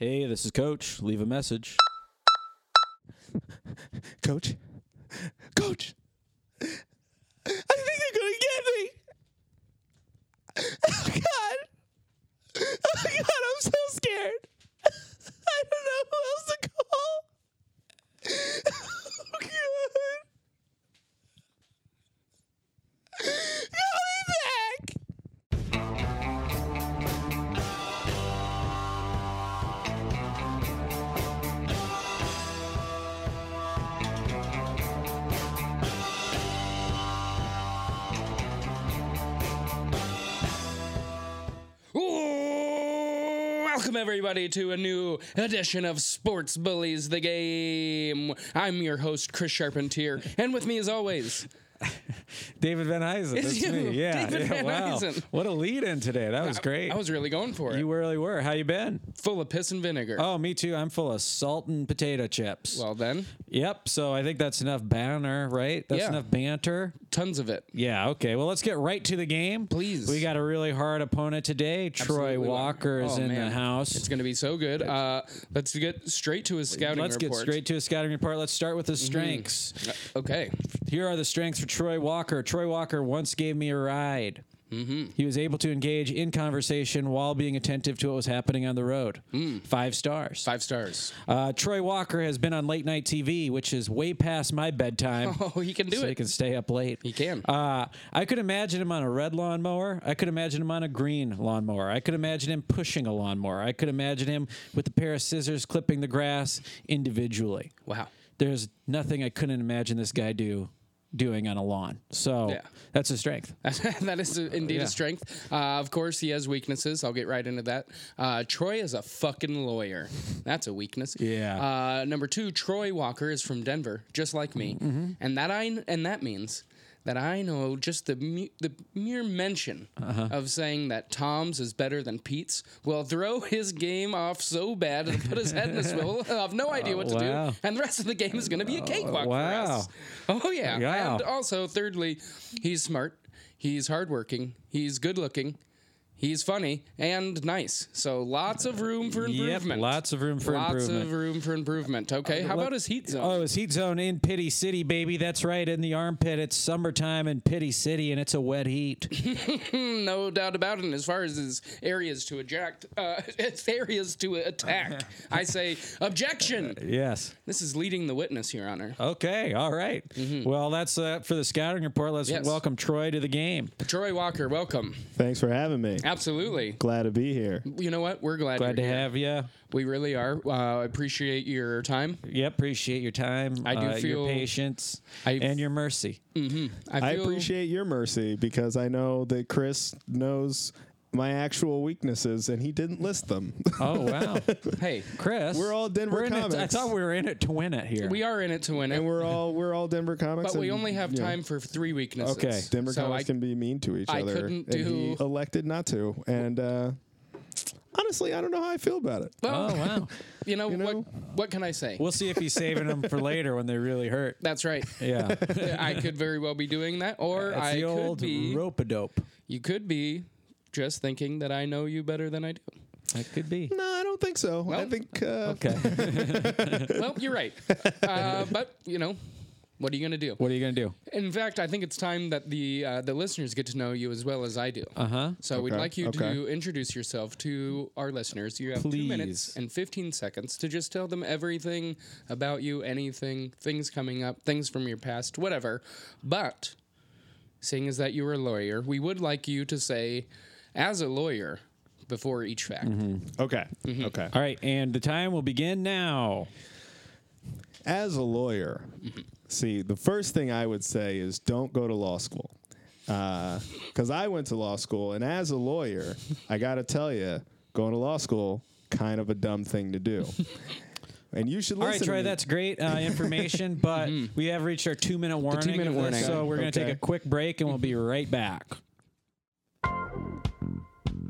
Hey, this is Coach. Leave a message. Coach, coach, I think they're gonna get me. Oh God! Oh my God! I'm so scared. I don't know who else to call. Oh God! Call me back. Welcome, everybody, to a new edition of Sports Bullies the Game. I'm your host, Chris Charpentier, and with me, as always, David Van Huysen. It's that's you, me. Yeah. David yeah, Van wow. Huysen. What a lead in today. That was great. I was really going for it. you really were. How you been? full of piss and vinegar. Oh, me too. I'm full of salt and potato chips. Well, then, yep. So I think that's enough banter, right? That's Yeah. enough banter. tons of it. Yeah. Okay. Well, let's get right to the game. Please. We got a really hard opponent today. Troy Absolutely. Walker is Oh, in man. the house. It's going to be so good. Uh, let's get straight to his scouting let's get report. straight to a scouting report. Let's start with the Mm-hmm. strengths. Okay. Here are the strengths for Troy Walker. Troy Walker once gave me a ride. Mm-hmm. He was able to engage in conversation while being attentive to what was happening on the road. Five stars. Mm. Five stars. Uh, Troy Walker has been on late night TV, which is way past my bedtime. Oh, he can do so it. he can stay up late. He can. Uh, I could imagine him on a red lawnmower. I could imagine him on a green lawnmower. I could imagine him pushing a lawnmower. I could imagine him with a pair of scissors clipping the grass individually. wow. There's nothing I couldn't imagine this guy do doing on a lawn. So Yeah. that's his strength. that is a, indeed Yeah. a strength. Uh, of course, he has weaknesses. I'll get right into that. Uh, Troy is a fucking lawyer. That's a weakness. Yeah. Uh, number two, Troy Walker is from Denver, just like me, Mm-hmm. and that I and that means that I know just the mu- the mere mention Uh-huh. of saying that Tom's is better than Pete's will throw his game off so bad it'll put his head in a swivel. I'll have no idea what to wow. do, and the rest of the game is going to be a cakewalk for wow. us. Oh yeah. Wow. And also, thirdly, he's smart, he's hardworking, he's good looking, he's funny, and nice. So lots of room for Yep, improvement. lots of room for Lots improvement. Uh, of room for improvement. Okay, how Let- about his heat zone? Oh, it's heat zone in Pity City, baby. That's right, in the armpit. It's summertime in Pity City, and it's a wet heat. no doubt about it. And as far as his areas to eject, uh, his areas to attack, I say objection. yes. This is leading the witness, Your Honor. Okay. All right. Well, that's uh, for the scouting report. Let's Mm-hmm. Yes. welcome Troy to the game. Troy Walker, welcome. Thanks for having me. Absolutely. Glad to be here. You know what? We're glad, Glad you're to here. have you. We really are. Uh, I appreciate your time. Yep. Appreciate your time. uh, I do your feel- patience I- and your mercy. I appreciate your mercy because I know that Chris knows my actual weaknesses and he didn't list them. Oh wow, Hey, Chris. We're all Denver we're in it- I comics. thought we were in it to win it here. we are in it to win it. and we're all we're all Denver comics. But we and, only have you know, time for three weaknesses. Okay. Denver so comics I, can be mean to each I other. couldn't and he do- elected not to. And uh, honestly, I don't know how I feel about it. Well, Oh wow. you know, you know- what? What can I say? We'll see if he's saving them for later when they really hurt. That's right. Yeah. It's I could very well be doing that, or I the could old be. rope a dope. you could be just thinking that I know you better than I do. That could be. No, I don't think so. I Well, think uh, Okay. well, you're right. Uh, but you know, what are you gonna do? what are you gonna do? In fact, I think it's time that the uh, the listeners get to know you as well as I do. Uh Uh-huh. So we'd Okay, like you to okay. introduce yourself to our listeners. You have two minutes Please. and fifteen seconds to just tell them everything about you, anything, things coming up, things from your past, whatever. But seeing as that you are a lawyer, we would like you to say, as a lawyer, before each fact. Mm-hmm. okay. Mm-hmm. Okay. All right, and the time will begin now. as a lawyer, see, the first thing I would say is don't go to law school. Because I went to law school, and as a lawyer, I got to tell you, going to law school, kind of a dumb thing to do. and you should All listen. right, to Troy, me. that's great uh, information, but we have reached our two minute warning. two-minute of this, warning. So we're going to Okay. take a quick break and we'll be right back.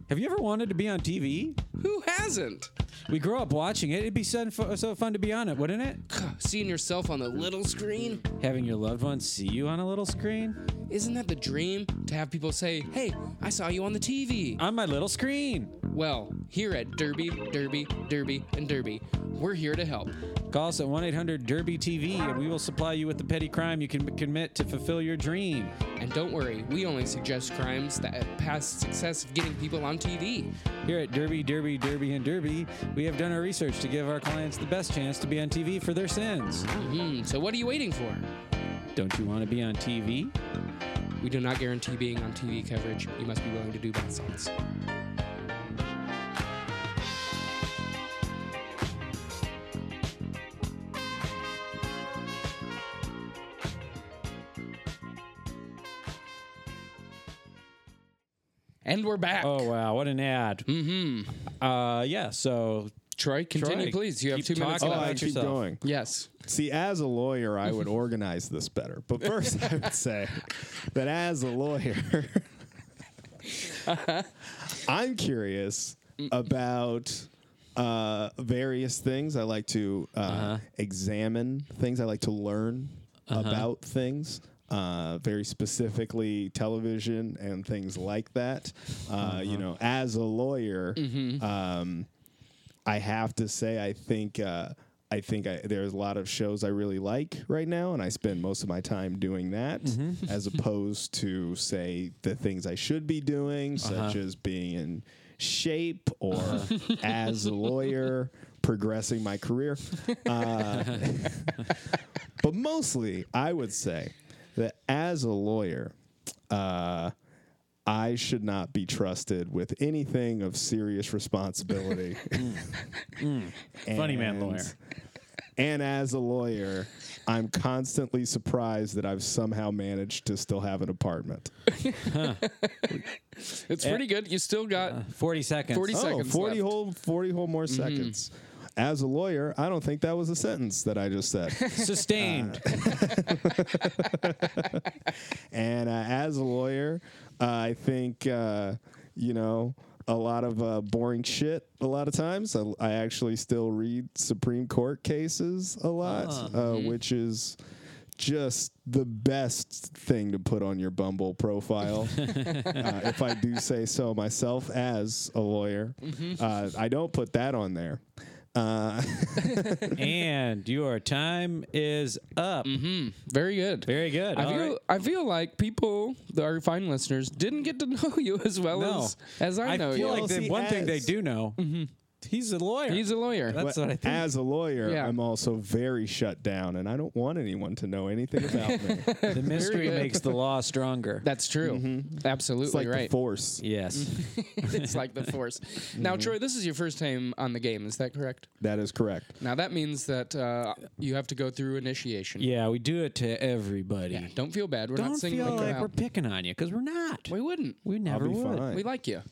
Have you ever wanted to be on TV? Who hasn't We grow up watching it. It'd be so fun, so fun to be on it, wouldn't it? seen yourself on the little screen? Having your loved ones see you on a little screen? Isn't that the dream? To have people say, "Hey, I saw you on the TV." On my little screen. Well, here at Derby, Derby, Derby, and Derby, we're here to help. Call us at 1 800 Derby TV and we will supply you with the petty crime you can commit to fulfill your dream. And don't worry, we only suggest crimes that have past success of getting people on TV. Here at Derby, Derby, Derby, and Derby, we have done our research to give our clients the best chance to be on TV for their sins. Hmm, so what are you waiting for? Don't you want to be on TV? We do not guarantee being on TV coverage. You must be willing to do both sides. And we're back. Oh, wow. What an ad. hmm Uh, yeah, so Troy, continue, Troy, please. You have two keep minutes talking Oh, about I left. keep yourself. going. Yes. See, as a lawyer, I would organize this better. But first, I would say that as a lawyer, I'm curious about uh, various things. I like to uh, examine things, I like to learn about things. Uh, very specifically, television and things like that. Uh, You know, as a lawyer, um, I have to say, I think uh, I think I, there's a lot of shows I really like right now, and I spend most of my time doing that, Mm-hmm. as opposed to say the things I should be doing, Uh-huh. such as being in shape or as a lawyer, progressing my career. Uh, but mostly, I would say that as a lawyer. Uh, I should not be trusted with anything of serious responsibility. Mm. Funny man And- lawyer. And as a lawyer, I'm constantly surprised that I've somehow managed to still have an apartment. It's pretty Eh. good. You still got 40 seconds. 40 Oh, seconds 40 left. Mm-hmm. whole 40 whole more seconds. As a lawyer, I don't think that was a sentence that I just said. Sustained. and uh, as a lawyer, uh, I think uh, you know a lot of uh, boring shit. A lot of times, I, I actually still read Supreme Court cases a lot, uh, which is just the best thing to put on your Bumble profile, uh, if I do say so myself as a lawyer. Uh, I don't put that on there. Uh, and your time is up. Mm-hmm. Very good. Very good. I All feel, right. I feel like people, the, our fine listeners, didn't get to know you as well No. as, as I know feel you. like Well, the see, one thing as- they do know, he's a lawyer. Mm-hmm. He's a lawyer. That's But what I think. As a lawyer, Yeah. I'm also very shut down, and I don't want anyone to know anything about me. It's the mystery good. makes the law stronger. That's true. Mm-hmm. Absolutely like right. the force. yes. it's like the force. Now, Mm-hmm. Troy, this is your first time on the game. Is that correct? That is correct. Now that means that uh, you have to go through initiation. Yeah, we do it to everybody. Yeah, Don't feel bad. We're Don't not singling feel you like out. we're picking on you because we're not. we wouldn't. We I'll never be would. fine. We like you,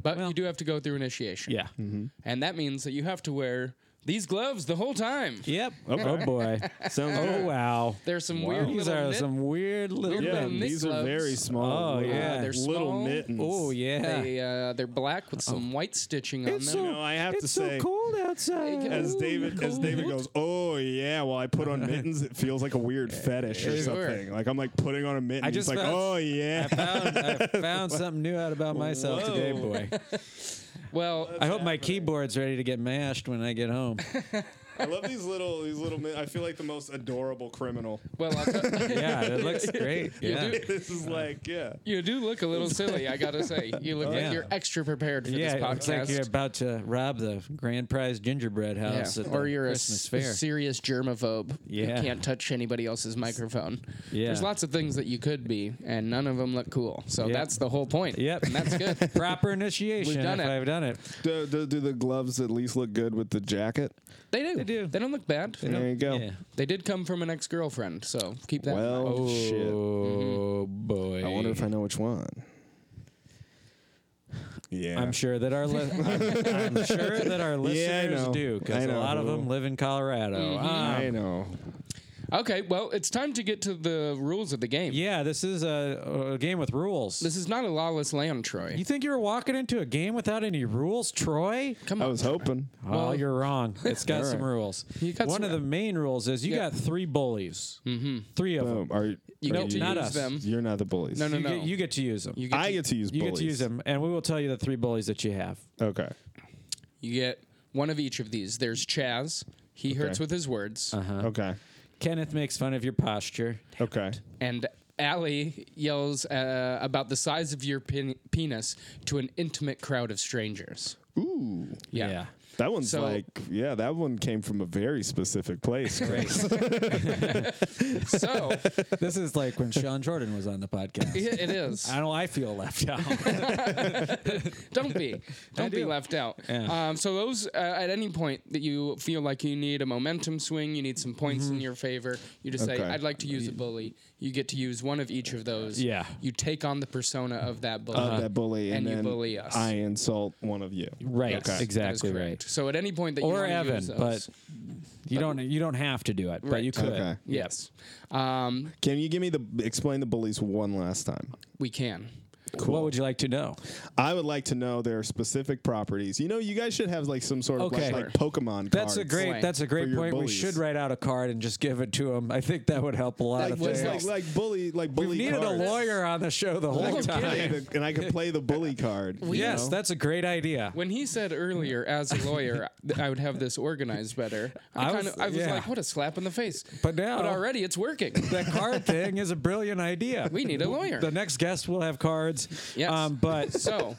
but you do have to go through initiation. Yeah. Mm-hmm. and that means that you have to wear these gloves the whole time. Yep. Oh boy. Sounds oh wow. There's some weird These little are knit- some weird little. Yeah, Yeah, little knit these are gloves. very small. Oh, little- yeah. Uh, they're little small. mittens. Oh yeah. Oh. They uh, they're black with some white stitching on them. You know, I have it's to so say- cold outside. As David, as David goes, oh yeah. Well, I put on mittens. It feels like a weird fetish or Sure. something. Like I'm like putting on a mitten. I it's just like, found- oh yeah. I found, I found something new out about myself today, boy. well, I hope my keyboard's ready to get mashed when I get home. I love these little, these little. Min- I feel like the most adorable criminal. well, I'll t- Yeah, it looks great. Yeah. do. this is like, yeah. you do look a little silly. I gotta say, you look Yeah. like you're extra prepared for Yeah, this it podcast. looks like you're about to rob the grand prize gingerbread house Yeah. at Or the you're a, Christmas s- a fair. serious germaphobe. Yeah. You can't touch anybody else's microphone. Yeah. There's lots of things that you could be, and none of them look cool. So Yep. that's the whole point. Yep. And that's good. Proper initiation. We've done if it. I've done it. Do, do, do the gloves at least look good with the jacket? they do. They do. not look bad. They, There you go. Yeah. did come from an ex girlfriend, so keep that in mind. Well, Oh, shit. Oh Mm-hmm. boy. I wonder if I know which one. Yeah. I'm sure that our li- I'm, I'm sure that our listeners know. do because I a know lot of who. Mm-hmm. them live in Colorado. Um, I know. Okay, well, it's time to get to the rules of the game. Yeah, this is a, a game with rules. This is not a lawless land, Troy. you think you were walking into a game without any rules, Troy? Come I on. was hoping. Well, you're wrong. It's got some rules. You got One some- of the main rules is you Yeah. got three bullies. Mm-hmm. Three of them. Boom. Um, Are, you are get to not use us. them. You're not the bullies. No, no, you, no. Get, you get to use them. You, You get I to, get to use bullies. get to use them, and we will tell you the three bullies that you have. Okay. you get one of each of these. There's Chaz. He hurts with his words. Okay. Kenneth makes fun of your posture. Okay. And Allie yells uh, about the size of your pen- penis to an intimate crowd of strangers. Ooh. Yeah. That one's So- like, yeah, that one came from a very specific place. Chris. So this is like when Sean Jordan was on the podcast. it it is. I know I feel left out. Don't be. Don't be left out. Um, so those uh, at any point that you feel like you need a momentum swing, you need some points Mm-hmm. in your favor, you just say, Okay. "I'd like to use a bully." You get to use one of each of those. Yeah. Uh-huh. You take on the persona of that bully. Of that bully, and, Uh-huh. And you then bully us. I insult one of you. right. Yes, that is Exactly correct. right. So at any point that you Or wanna Evan, use those, but you don't you don't have to do it, but Right. you could. Okay. yes, um, Can you give me the explain the bullies one last time? we can. What would you like to know? I would like to know their specific properties. You know, you guys should have like some sort of Okay. like, like Pokemon. That's a cards. great. slang That's a for great your point. bullies. We should write out a card and just give it to him. I think that would help a lot of like, things. just like else. like bully like bully. we needed a cards. lawyer on the show the And I whole could play time. the- and I could play the bully card. you Yes, know? that's a great idea. When he said earlier, as a lawyer, th- I would have this organized better. I, I kind was- of, I was yeah. like, what a slap in the face. But now- but already it's working. That card thing is a brilliant idea. We need a lawyer. The next guest will have cards. Yes. Um, but So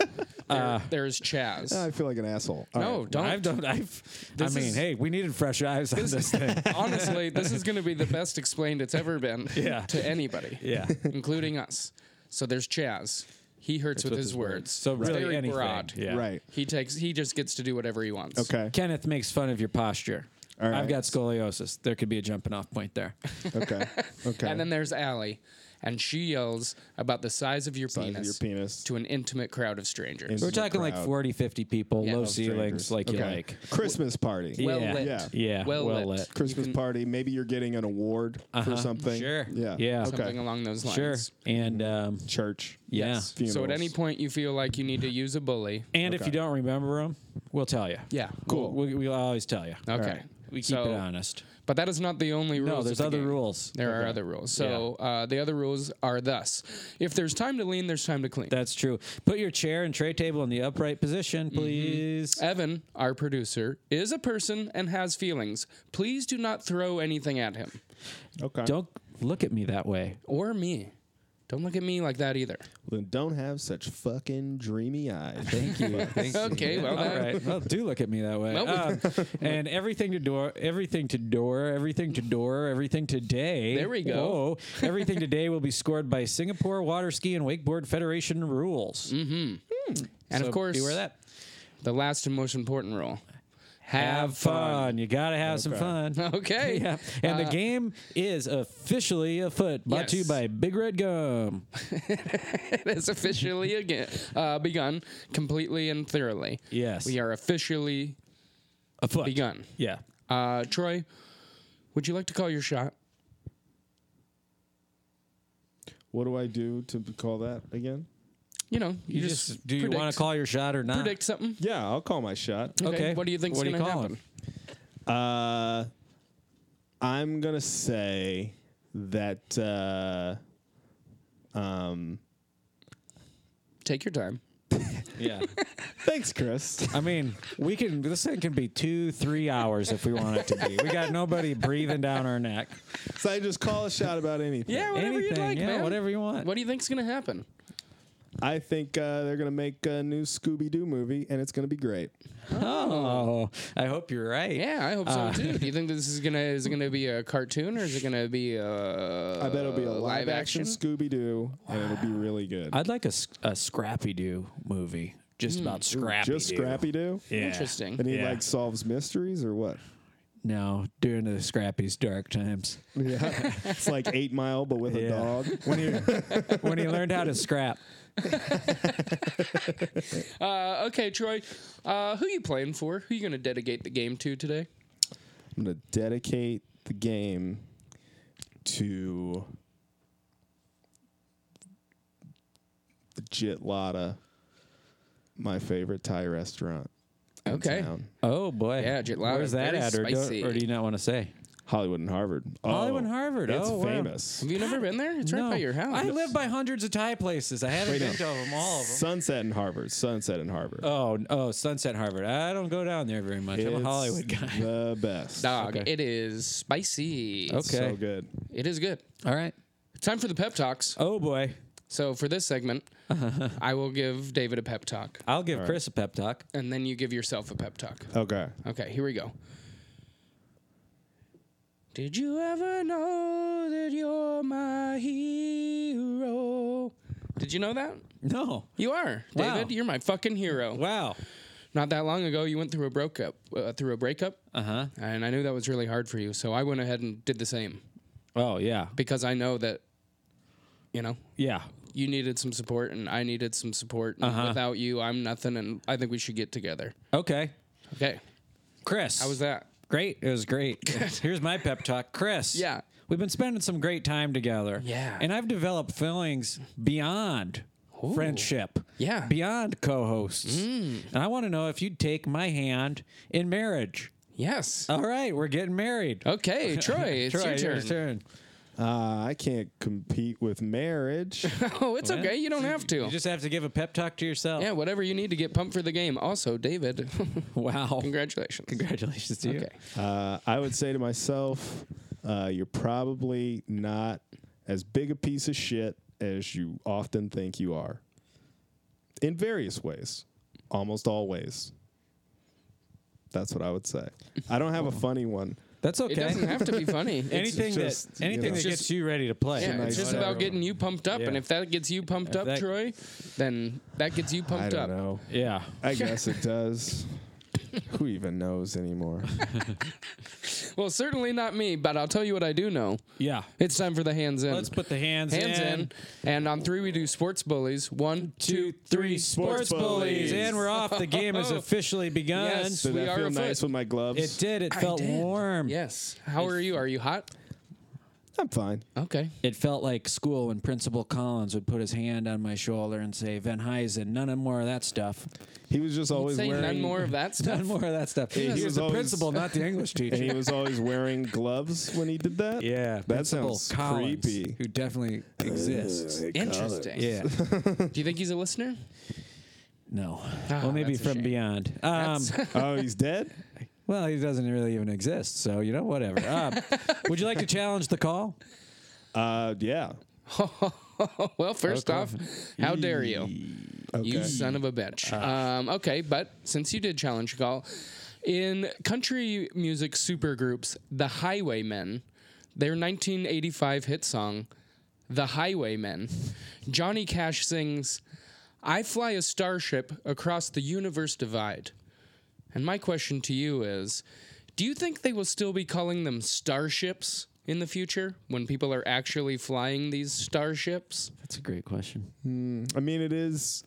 there- there's Chaz. Uh, I feel like an asshole. All no, right. don't. I've uh, done. I've. I This mean, is- hey, we needed fresh eyes on this thing. Honestly, this is going to be the best explained it's ever been Yeah. to anybody, Yeah. including us. So there's Chaz. He hurts with, his, words. So It's really very anything. broad. Yeah. Right. He takes. He just gets to do whatever he wants. Okay. Kenneth makes fun of your posture. All I've right. got scoliosis. There could be a jumping off point there. Okay. Okay. And then there's Allie, and she yells about the size of your Size of penis. your penis. to an intimate crowd of strangers. We're talking like crowd. 40, 50 people, Yeah. low Of ceilings, Strangers. like you Okay. like. Christmas party. Well yeah. lit. Yeah. Yeah. Well, well lit. lit. Christmas party. Maybe you're getting an award for something. Uh-huh. Sure. Yeah. Yeah. Okay. Something along those lines. Sure. And um, Church. yeah. So at Funerals. any point you feel like you need to use a bully. And if Okay. you don't remember them, we'll tell you. Yeah. Cool. We, we'll always tell you. Okay. right. We keep So- it honest. But that is not the only rules. No, of there's the other game. rules. There are other rules. So uh, the other rules are thus: if there's time to lean, there's time to clean. That's true. Put your chair and tray table in the upright position, Mm-hmm. please. Evan, our producer, is a person and has feelings. Please do not throw anything at him Okay. Don't look at me that way. or me. Don't look at me like that either. Then don't have such fucking dreamy eyes. Thank you. Okay, well, All that- right. Well, do look at me that way. Well, we- Um, and everything to door, everything to door, everything to door, everything today. There we go. Whoa. everything today will be scored by Singapore Water Ski and Wakeboard Federation rules. Mm. and So of course, beware that. the last and most important rule: Have fun. You gotta have some Okay. fun. Okay. Uh, Yeah. And the game is officially afoot. Brought to you Yes. by Big Red Gum. It has officially again uh, begun completely and thoroughly. Yes. we are officially Afoot. begun. Yeah. Uh, Troy, would you like to call your shot? What do I do to call that again? You know, you, You, just, just, do you want predict- to call your shot or not? predict something? Yeah, I'll call my shot. Okay, what do you think's What do you gonna call happen? him? Uh, I'm gonna say that. Uh, um, Take your time. Yeah. thanks, Chris. I mean, we can. This thing can be two, three hours if we want it to be. We got nobody breathing down our neck. so I just call a shot about anything. Yeah, whatever Anything, you like, yeah, man. whatever you want. What do you think's gonna happen? I think uh, they're gonna make a new Scooby Doo movie, and it's gonna be great. Oh, I hope you're right. Yeah, I hope Uh. so too. Do you think this is gonna is it gonna be a cartoon or is it gonna be uh, a? I bet it'll be a live, action, Scooby Doo, and it'll be really good. I'd like a, s- a Scrappy Doo movie, just about Scrappy. just Scrappy Doo, Yeah. and Hmm. Interesting. he Yeah. like solves mysteries or what? No, during the Scrappy's dark times, Yeah, it's like Eight Mile, but with a Yeah. dog. when he when he learned how to scrap. Uh, okay, Troy, uh, who you playing for? Who you gonna dedicate the game to today? I'm gonna dedicate the game to the Jitlada, my favorite Thai restaurant. in Okay. town. Oh boy. Yeah, Jet Louder, Where's that very at, or spicy. do, or do you not want to say? Hollywood and Harvard. Oh, Hollywood and Harvard. It's Oh, wow. famous. Have you never been there? It's right by your house. I live by hundreds of Thai places. I haven't been to them all of them. Sunset and Harvard. Sunset and Harvard. Oh, oh, Sunset Harvard. I don't go down there very much. I'm a It's Hollywood guy. The best. Dog, Okay. it is spicy. Okay. So good. It is good. All right. Time for the pep talks. Oh boy, So for this segment, I will give David a pep talk, I'll give Chris a pep talk. and then you give yourself a pep talk. Okay. Okay, here we go. Did you ever know that you're my hero? Did you know that? No. You are, Wow. David. You're my fucking hero. Wow. Not that long ago, you went through a breakup, uh, through a breakup, Uh huh. and I knew that was really hard for you. So I went ahead and did the same Oh yeah. because I know that, you know, Yeah. you needed some support and I needed some support. And Without you, I'm nothing, and I think we should get together. Okay. Okay, Chris. how was that? Great. It was great. Here's my pep talk. Chris. Yeah. We've been spending some great time together. Yeah. And I've developed feelings beyond friendship. Yeah. Mm. Beyond co hosts. And I want to know if you'd take my hand in marriage. Yes. All right. We're getting married. Okay, Troy, it's Troy, your turn. Uh, I can't compete with marriage. Oh, it's okay. You don't have to. You just have to give a pep talk to yourself. yeah, whatever you need to get pumped for the game. Also, David, Wow. congratulations. Congratulations to you. Okay. Uh, I would say to myself, uh, you're probably not as big a piece of shit as you often think you are. In various ways, almost always. That's what I would say. I don't have a funny one. That's It okay. doesn't have to be funny. It's- anything just, that you anything know. that It's gets you ready to play. yeah, it's just about getting you pumped up, and Yeah. if that gets you pumped up, that- Troy, then that gets you I pumped don't up. know. Yeah. I guess it does. Who even knows anymore? Well, certainly not me, but I'll tell you what I do know. Yeah. It's time for the hands in. Let's put the hands, hands in. and on three we do sports bullies. One, Two, three, sports, Sports bullies. bullies. And we're off. The game has officially begun. Yes. Did We that are feel afoot. nice with my gloves? It did. It I felt did. warm. Yes. How are you? Are you hot? I'm fine. Okay. It felt like school when Principal Collins would put his hand on my shoulder and say, Van Huysen, none more of that stuff. He was just always Say wearing. none more of that stuff. None more of that stuff. He, he was, was the always- principal, not the English and he teacher. was always wearing gloves when he did that. yeah. that Principal sounds Collins, creepy. Who definitely exists. Interesting. yeah. Do you think he's a listener? No. Ah, well, maybe that's a from shame. beyond. Um, That's- Oh, he's dead. well, he doesn't really even exist. So, you know, whatever. Um, Would you like to challenge the call? Uh, yeah. Oh, well, first off, how dare you? You Okay. son of a bitch. Um, okay, but since you did challenge call, in country music supergroups, The Highwaymen, their 1985 hit song, The Highwaymen, Johnny Cash sings, I fly a starship across the universe divide. And my question to you is do you think they will still be calling them starships in the future when people are actually flying these starships? That's a great question. I mean, it is.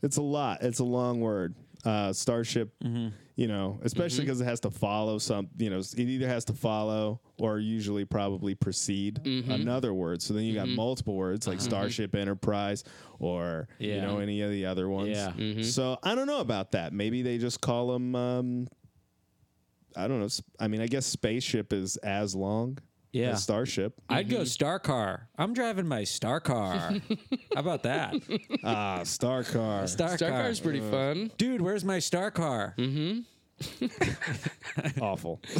It's a lot. It's a long word. Uh, starship. Mm-hmm. You know, especially because it has to follow some. You know, it either has to follow or usually probably precede another word. So then you Mm-hmm. got multiple words like Starship Enterprise or you Uh-huh. Yeah. know any of the other ones. Yeah. So I don't know about that. Maybe they just call them. Um, I don't know. s- I mean, I guess spaceship is as long. Yeah. As Starship. I'd Mm-hmm. go star car. I'm driving my star car. How about that? ah, Star Car. Star, Star car. Car's Mm-hmm. pretty fun. Dude, where's my star car? awful.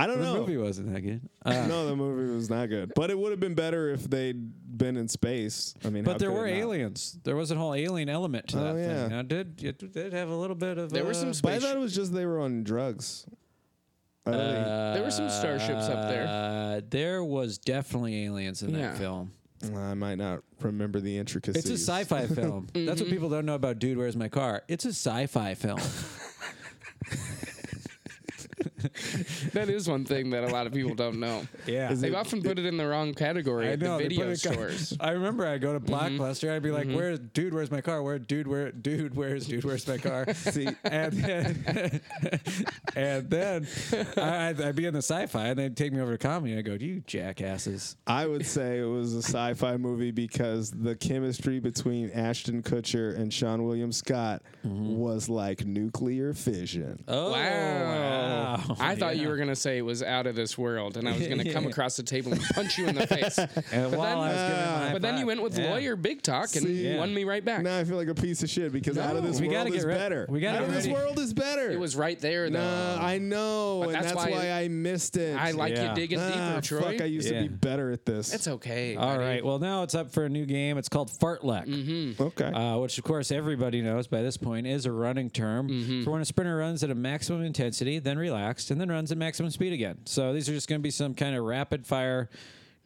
I don't The know. movie wasn't that good. Uh, no, the movie was not good. But it would have been better if they'd been in space. I mean, how but there could it were not? aliens. There was a whole alien element to that Oh, yeah. thing. I did it did have a little bit of There uh, were some But I space. thought it was just they were on drugs. I don't think- There were some starships up there. Uh, there was definitely aliens in Yeah. that film. I might not remember the intricacies. It's a Mm-hmm. sci-fi film. That's what people don't know about Dude, Where's My Car? It's a sci-fi film. that is one thing that a lot of people don't know. Yeah. They've often put it in the wrong category I at know, the they video put it- stores. Mm-hmm. I remember I go to Blockbuster. I'd be like, "Where, dude? Where's my car? Where, dude? Where, dude? Where's, dude? Where's my car?" See, and then, and then I, I'd, I'd be in the sci-fi, and they'd take me over to comedy, and I go, "You jackasses!" I would say it was a sci-fi movie because the chemistry between Ashton Kutcher and Sean William Scott Mm-hmm. was like nuclear fission. Oh, Wow. wow. I thought you were going to say it was out of this world, and I was going to come across the table and punch you in the face. And while I was giving my but then five- you went with Yeah. lawyer big talk and See? won me right back. Now I feel like a piece of shit because out of this We world gotta is get re- better. we gotta out get of this ready. world is better. It was right there, though. Nah, I know, But and that's that's, why why, I missed it. I like Yeah. you digging ah, deeper, Troy. Fuck, I used Yeah. to be better at this. it's okay. All buddy. right. Well, now it's up for a new game. It's called Fartlek. Mm-hmm. okay. Uh, which, of course, everybody knows by this point is a running term Mm-hmm. for when a sprinter runs at a maximum intensity, then relaxed, and then runs at maximum speed again. So these are just going to be some kind of rapid fire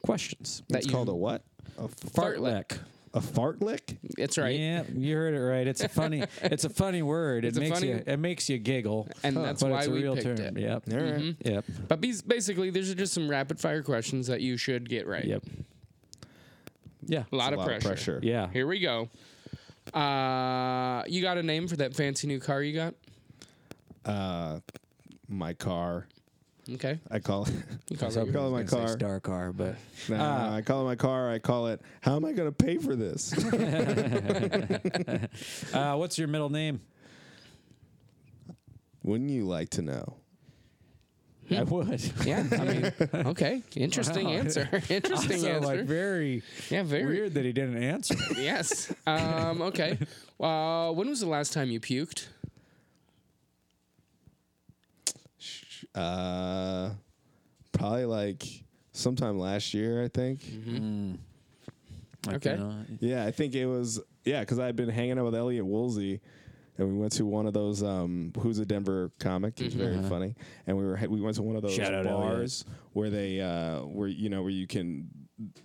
questions. that it's you- called a what? A, f- Fartlek. Fartlek. a fart lick? It's right. Yeah, you heard it right. It's a funny, it's a funny word. It's it a makes funny- you, it makes you giggle, And that's but why it's a we real picked term. it. Yep. All Mm-hmm. right. Yep. But bes- basically, these are just some rapid fire questions that you should get right. Yep. Yeah. A lot, It's of, pressure. Yeah. Here we go. Uh, you got a name for that fancy new car you got? Uh, my car. Okay. I call it. You call So it. Call it my I was gonna say Ah. car. Star car, but No, no, no, I call it my car. I call it. How am I going to pay for this? uh, what's your middle name? Wouldn't you like to know? Hmm. I would. Yeah. I mean, okay. Interesting answer. Interesting Also, answer. like very yeah. Very. weird that he didn't answer. Yes. Um, okay. Uh, when was the last time you puked? Uh, probably like sometime last year, I think. Mm-hmm. I Okay. cannot- Yeah, I think it was. Yeah, because I'd been hanging out with Elliot Woolsey, and we went to one of those. Um, who's a Denver comic? He's very funny. And we were we went to one of those Shout out bars where they uh, where you know where you can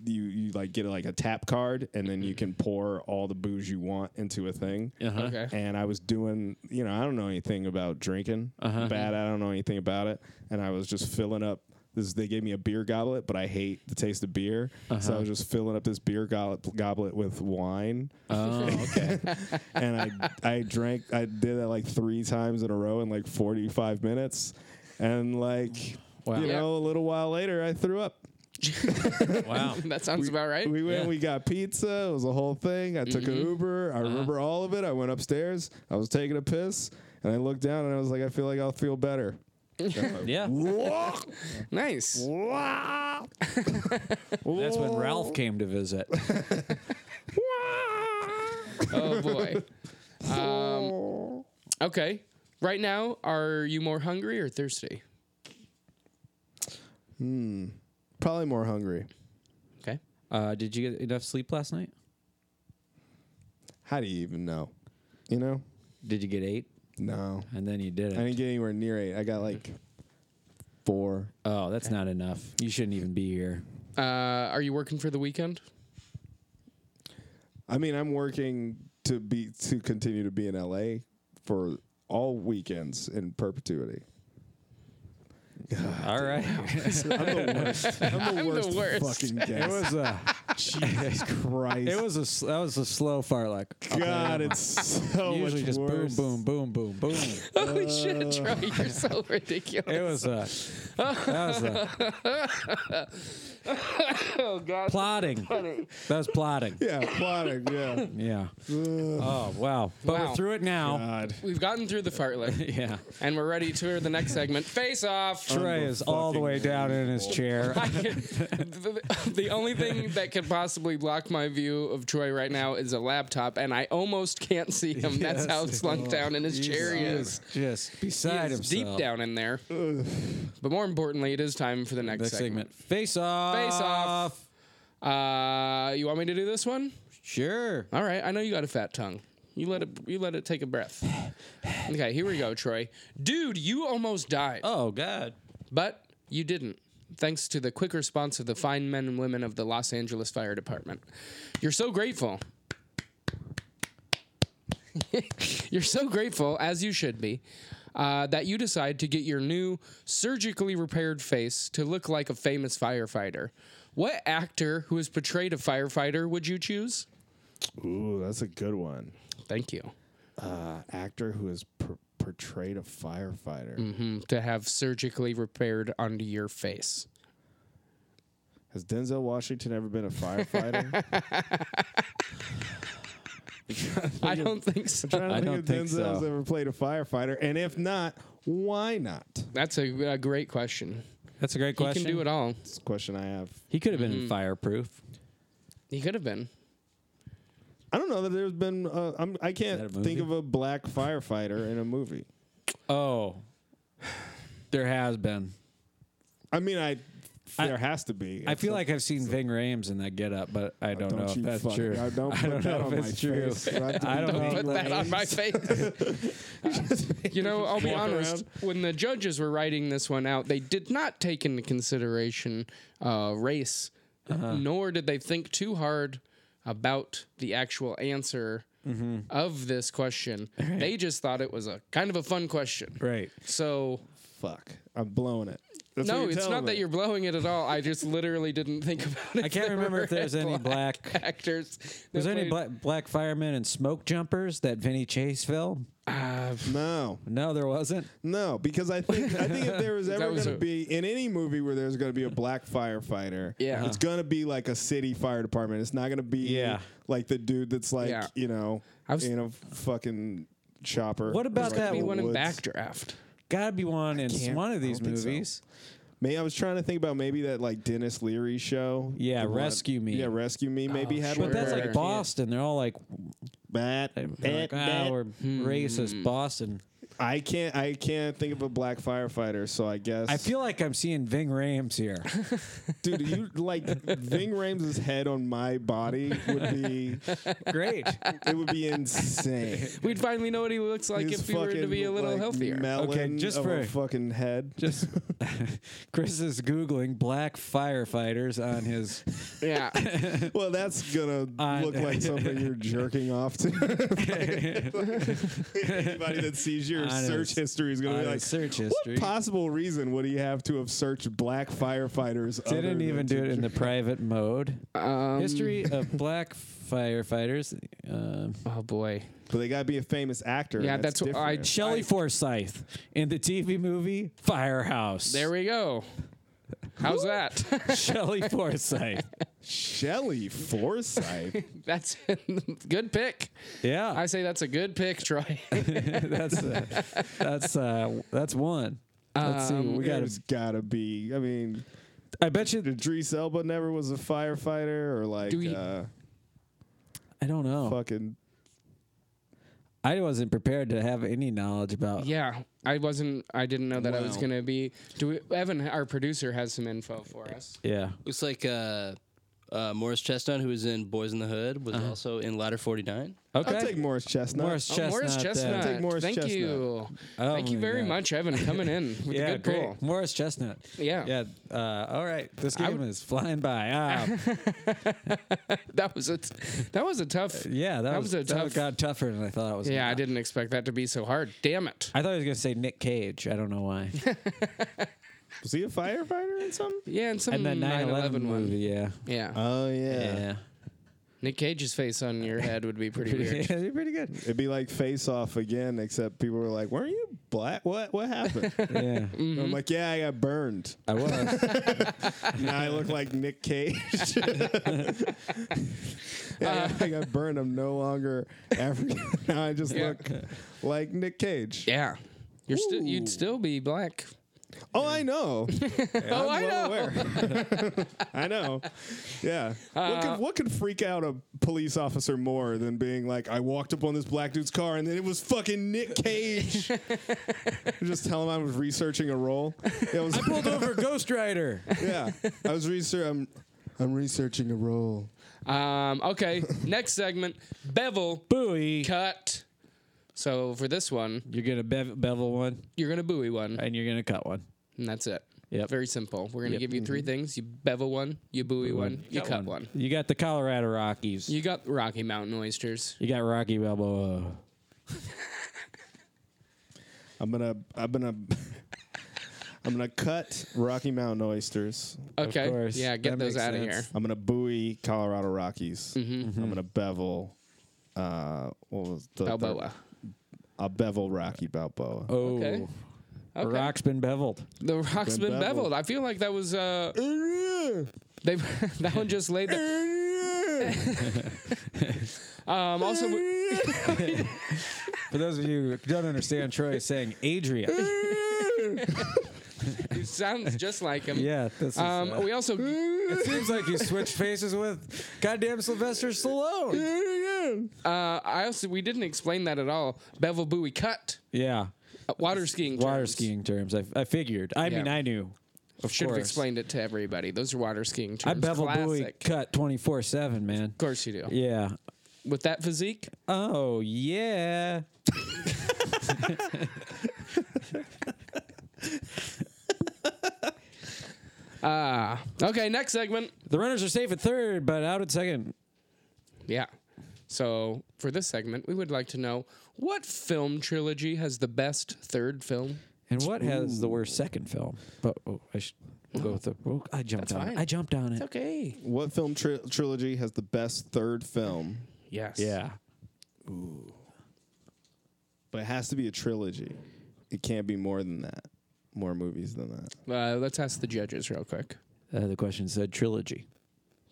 you you like get like a tap card and then you can pour all the booze you want into a thing. Uh-huh. Okay. and I was doing, you know, I don't know anything about drinking. Uh-huh. Bad, I don't know anything about it. And I was just filling up this. They gave me a beer goblet, but I hate the taste of beer, so Uh-huh. I was just filling up this beer goblet, goblet with wine. Uh-huh. Oh, okay. and I, I drank, I did that like three times in a row in like forty five minutes, and like, Wow. you Yeah. know, a little while later, I threw up. wow. That sounds about right. We went, Yeah. we got pizza. It was a whole thing. I took an Uber. I remember all of it. I went upstairs. I was taking a piss, and I looked down and I was like, I feel like I'll feel better. Yeah. nice. That's when Ralph came to visit. Oh boy. Um, okay. Right now, are you more hungry or thirsty? Probably more hungry. Okay. Uh, did you get enough sleep last night? How do you even know? You know? Did you get eight? No, And then you I didn't. didn't get anywhere near eight. I got like four. Oh, that's not enough. You shouldn't even be here. Uh, are you working for the weekend? I mean, I'm working to be to continue to be in LA for all weekends in perpetuity. All right. I'm the worst. I'm the, I'm the worst, worst. fucking it guest. was a Jesus Christ. it was a s- that was a slow fartlek. God, it's so Usually much just worse. boom, boom, boom, boom, boom. Holy shit, Troy, you're so ridiculous. It was a that was a oh god. plotting. That was plotting. Yeah, plotting. Yeah. Yeah. Oh wow. But Wow. we're through it now. God. We've gotten through the fartlet, Yeah. and we're ready to the next segment. Face off. Trey is all the way down in his chair. the, the only thing that could possibly block my view of Troy right now is a laptop, and I almost can't see him. That's Oh, how slunk down in his chair he is. just He beside is himself. deep down in there. But more importantly, it is time for the next, Next segment. segment. Face off. Face off. Uh, you want me to do this one? Sure. All right. I know you got a fat tongue. You let it. You let it take a breath. Okay. Here we go, Troy. Dude, you almost died. Oh God. But you didn't, thanks to the quick response of the fine men and women of the Los Angeles Fire Department. You're so grateful. You're so grateful, as you should be. uh, that you decide to get your new surgically repaired face to look like a famous firefighter. What actor who has portrayed a firefighter would you choose? Ooh, that's a good one. Thank you. Uh, actor who has per- portrayed a firefighter Mm, To have surgically repaired onto your face. has Denzel Washington ever been a firefighter? I don't think so. I don't I think don't that think Denzel's so. ever played a firefighter, and if not, why not? That's a, a great question. That's a great You question. can do it all. Mm-hmm. It's a question I have. He could have been fireproof. He could have been. I don't know that there's been. Uh, I'm, I can't that a think movie? of a black firefighter in a movie. Oh, there has been. I mean, I I- there has to be. I feel like I've seen Ving Rhames in that getup, but I don't, know if you that's fuck- true. I don't put don't that know on if my it's true. face. Do I have to I be don't Ving know. Put that on my face. you know, I'll be honest. When the judges were writing this one out, they did not take into consideration uh, race, Uh-huh. nor did they think too hard about the actual answer Mm-hmm. of this question. They just thought it was a kind of a fun question. Right. So Fuck, I'm blowing it. That's what no, you're it's telling not that me. you're blowing it at all. I just literally didn't think about it. I can't remember if there's any black. actors. Was that there any played- black, black firemen and smoke jumpers that Vinny Chase film? Uh, No, No, there wasn't. no, because I think I think if there was ever was going a- to be in any movie where there's going to be a black firefighter, Yeah. it's going to be like a city fire department. It's not going to be Yeah. like the dude that's like Yeah. you know I was- in a fucking chopper. What about like that the we went in woods. backdraft. Gotta be one in can't- one I of these don't think so. movies. May I was trying to think about maybe that like Dennis Leary show. Yeah, The one- Rescue Me. Yeah, Rescue Me. Maybe Oh, had sure. one. But that's where- like Boston. They're all like, Bat, they're like, bat, ah, bat. we're Hmm. racist Boston. I can't. I can't think of a black firefighter. So I guess I feel like I'm seeing Ving Rhames here. dude, you like Ving Rhames' head on my body would be. Great. It would be insane. We'd finally know what he looks like His if we were to fucking, be a little like, healthier. Melon Okay, just of for- a fucking head. Just Chris is googling black firefighters on his. yeah. Well, that's gonna Uh, look like something you're jerking off to. Anybody that sees your On his- search history is gonna on be his like, search history." What possible reason would he have to have searched black firefighters? other Didn't than even to do it in the jerk- private mode. Um, History of black firefighters. Um, Oh boy. But they gotta be a famous actor. Yeah, and that's what I different. Shelley Forsyth in the TV movie Firehouse. There we go. How's that? Shelley Forsyth. Shelley Forsythe. that's good pick. Yeah, I say that's a good pick, Troy. that's uh, that's uh, that's one. Let's Um, see. We got. There's gotta be. I mean, I bet you. Idris Elba never was a firefighter, or like Do we- uh, I don't know. fucking. I wasn't prepared to have any knowledge about. yeah. I wasn't. I didn't know that I was Wow. gonna be. Do we, Evan, our producer, has some info for us. Yeah. Looks like uh, uh, Morris Chestnut, who was in Boys in the Hood, was Uh-huh. also in Ladder 49. Okay. I'll take Morris Chestnut. Morris Oh, Chestnut. uh, Morris then. Chestnut. Take Morris Thank Chestnut. you. Oh Thank you my very God. much, Evan, coming in with Yeah, a good great. pull. Morris Chestnut. Yeah. Yeah. Uh, all right. This game is flying by. Ah, That was a. T- that was a tough. Uh, yeah. That, That was, was a that tough- got tougher than I thought it was. Yeah, I gonna- didn't expect that to be so hard. Damn it. I thought I was gonna say Nick Cage. I don't know why. Was he a firefighter in something? Yeah, and some and that 9/11 one. movie. Yeah. Yeah. Oh Yeah. Nick Cage's face on your head would be pretty Pretty, weird. pretty good. It'd be like Face Off again, except people were like, "Weren't you black? What? What happened?" Yeah. I'm like, "Yeah, I got burned. I was. Now I look like Nick Cage." Uh, yeah, I got burned. I'm no longer African. now I just Yeah. look like Nick Cage. Yeah. You're still you'd still be black. Oh, I know. oh, I know. aware. I know. Yeah. what, could, what could freak out a police officer more than being like, I walked up on this black dude's car and then it was fucking Nick Cage? Just tell him I was researching a role. It was, Pulled over Ghost Rider. yeah. I was researching. I'm researching a role. Um, okay. Next segment, bevel Bowie. cut. So for this one, You're gonna bev- bevel one, you're gonna buoy one, and you're gonna cut one. and that's it. Yep. Very simple. We're gonna give you 3 things: you bevel one, you buoy one, you cut one. You got the Colorado Rockies. You got Rocky Mountain oysters. You got Rocky Balboa. I'm gonna I'm gonna I'm gonna cut Rocky Mountain oysters. Okay. course. Yeah, get That those makes out of sense. here. I'm gonna buoy Colorado Rockies. Mm-hmm. I'm gonna bevel. Uh, what was the third- Balboa. I'll bevel Rocky Balboa. Oh, Okay. the Oh, rock's been beveled. The rock's been, beveled. beveled. I feel like that was uh they that one just laid the Um also we- For those of you who don't understand, Troy is saying Adrian. he sounds just like him. yeah, this is, Um uh, we also it seems like you switched faces with goddamn Sylvester Stallone. uh I also we didn't explain that at all. Bevel buoy cut. Yeah, Uh, water skiing. water terms. skiing terms. I, I figured. I Yeah. mean, I knew. Of Should have course. explained it to everybody. Those are water skiing I terms. bevel buoy Classic. cut twenty four seven, man. Of course you do. Yeah. With that physique, Oh yeah. ah, okay. Next segment, The runners are safe at third, but out at second. yeah. So for this segment, we would like to know what film trilogy has the best third film. And what has the worst second film? But oh, I should we'll go with the. Well, oh, I jumped on. fine. It. I jumped on it. Okay. What film tri- trilogy has the best third film? Yes. Yeah. But it has to be a trilogy. It can't be more than that. More movies than that. Uh, let's ask the judges real quick. Uh, the question said trilogy.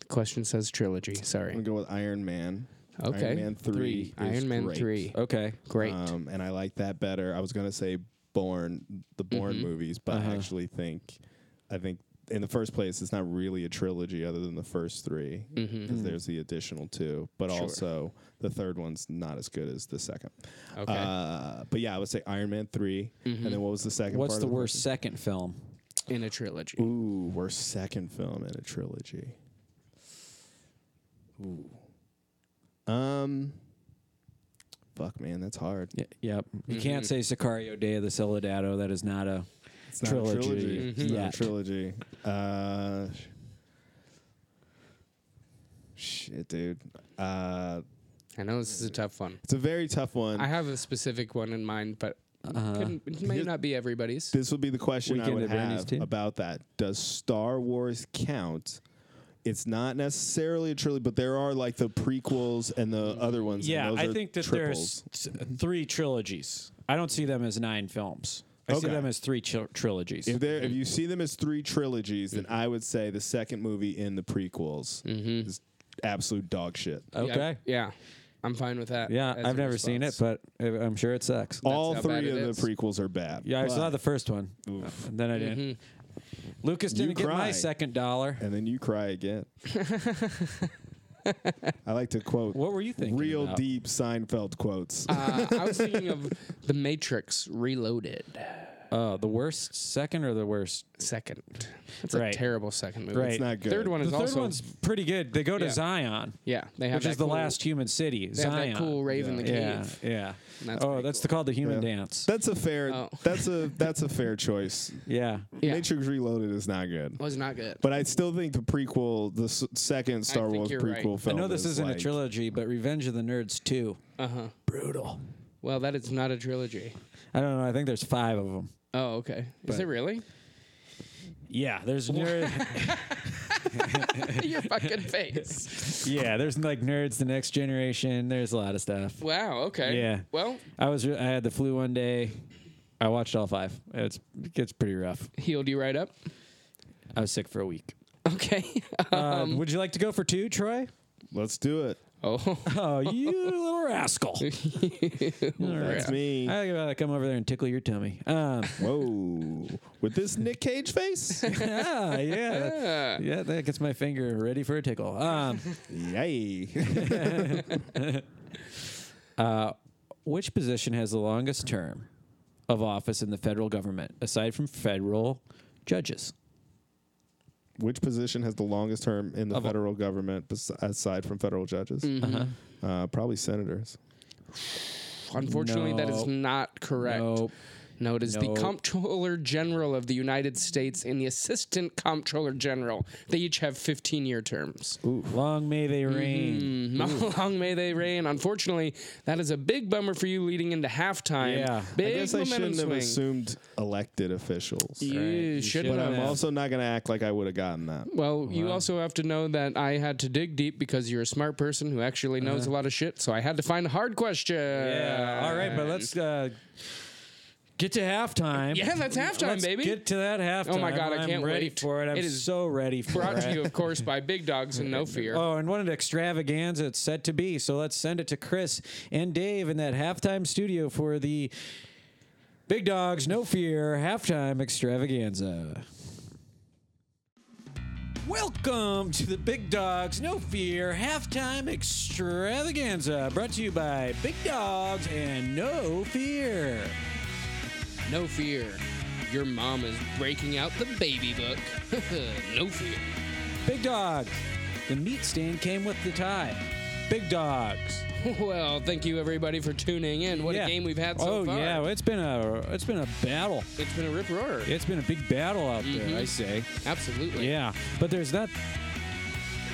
The question says trilogy. I'm Sorry. gonna go with Iron Man. Okay. Iron Man three. is Iron Man great. three. Okay. Uh, Great. Um, and I like that better. I was gonna say Born, the Born Mm-hmm. movies, but I actually think, I think in the first place, it's not really a trilogy other than the first three, Mm-hmm. because there's the additional two, but also the third one's not as good as the second. Okay. Mm-hmm. Uh, but yeah, I would say Iron Man 3 and then what was the second? What's part the of worst second film? In a trilogy. Ooh, worst second film in a trilogy. Ooh. Um. Fuck, man, that's hard. Y- yep. You can't say Sicario, Day of the Soldado. That is not a It's not trilogy. a trilogy. It's not yet. a trilogy. Uh, sh- shit, dude. Uh, I know this is a tough one. it's a very tough one. I have a specific one in mind, but uh, couldn't- it may not be everybody's. this would be the question I Weekend would at Bernie's have too. about that. Does Star Wars count? It's not necessarily a trilogy, but there are like the prequels and the other ones. and Yeah, those I are think that triples. there's t- three trilogies. I don't see them as nine films. I see Okay. them as three chil- trilogies. If, there, if you see them as three trilogies, then I would say the second movie in the prequels Mm-hmm. is absolute dog shit. Yeah, okay. Yeah. I'm fine with that. Yeah, as I've a never seen it, response. but I- I'm sure it sucks. All how bad three it of is. the prequels are bad. Yeah, I but- saw the first one, and then I didn't. Mm-hmm. Lucas You didn't get my cried. second dollar. and then you cry again. I like to quote What were you thinking? real about? deep Seinfeld quotes. Uh, I was thinking of The Matrix Reloaded. Uh, the worst second or the worst? Second. That's Right. a terrible second movie. Right. it's not good. Third one The is third also one's pretty good. They go to Yeah. Zion, yeah. They have which is that the cool- last human city. They have Zion. that cool rave in the yeah, cave. yeah. And that's oh, pretty that's cool. the, called the human Yeah. dance. That's a fair. Oh. That's a that's a fair choice. yeah. Yeah. Matrix Reloaded is not good, was not good. but I still think the prequel, the s- second Star think Wars you're right. prequel I film. know this is isn't like, a trilogy, but Revenge of the Nerds too. Uh huh. Brutal. Well, that is not a trilogy. I don't know. I think there's five of them. Oh, okay. Is it really? Yeah, there's nerd. Your fucking face. yeah, there's like nerds, the next generation. There's a lot of stuff. Wow. Okay. Yeah. Well, I was re- I had the flu one day. I watched all five. It's it gets pretty rough. healed you right up. I was sick for a week. Okay. Uh, Um, would you like to go for two, Troy? Let's do it. oh. Oh, you little rascal! That's me. I gotta come over there and tickle your tummy. Um, Whoa, with this Nick Cage face. yeah, yeah, that, ah, yeah. That gets my finger ready for a tickle. Um, Yay! uh, which position has the longest term of office in the federal government, aside from federal judges? Which position has the longest term in the federal government bes- aside from federal judges? Mm-hmm. Uh-huh. Uh, probably senators. Unfortunately, that is No. not correct. Nope. No, it is the Comptroller General of the United States and the Assistant Comptroller General. They each have 15 year terms. Long may they Mm-hmm. reign. Long may they reign. Unfortunately, that is a big bummer for you leading into halftime. Yeah. I Big I guess I momentum shouldn't swing. have assumed elected officials. You should But have. I'm also not going to act like I would have gotten that. Well, you also have to know that I had to dig deep because you're a smart person who actually knows a lot of shit. So I had to find a hard question. Yeah. All right, but let's uh, get to halftime. Yeah, that's halftime, Let's baby. Get to that halftime. Oh my God, I I'm can't ready wait. for it. I'm It is so ready for Brought it. to you, of course, by Big Dogs and No Fear. Oh, and what an extravaganza it's set to be. So let's send it to Chris and Dave in that halftime studio for the Big Dogs No Fear halftime extravaganza. Welcome to the Big Dogs No Fear halftime extravaganza brought to you by Big Dogs and No Fear. No fear. Your mom is breaking out the baby book. no fear. Big Dogs. The meat stand came with the tie. Big Dogs. Well, thank you everybody for tuning in. What Yeah. a game we've had so oh, far. yeah, well, it's been a it's been a battle. It's been a rip roarer. It's been a big battle out there, I say. Absolutely. Yeah, but there's not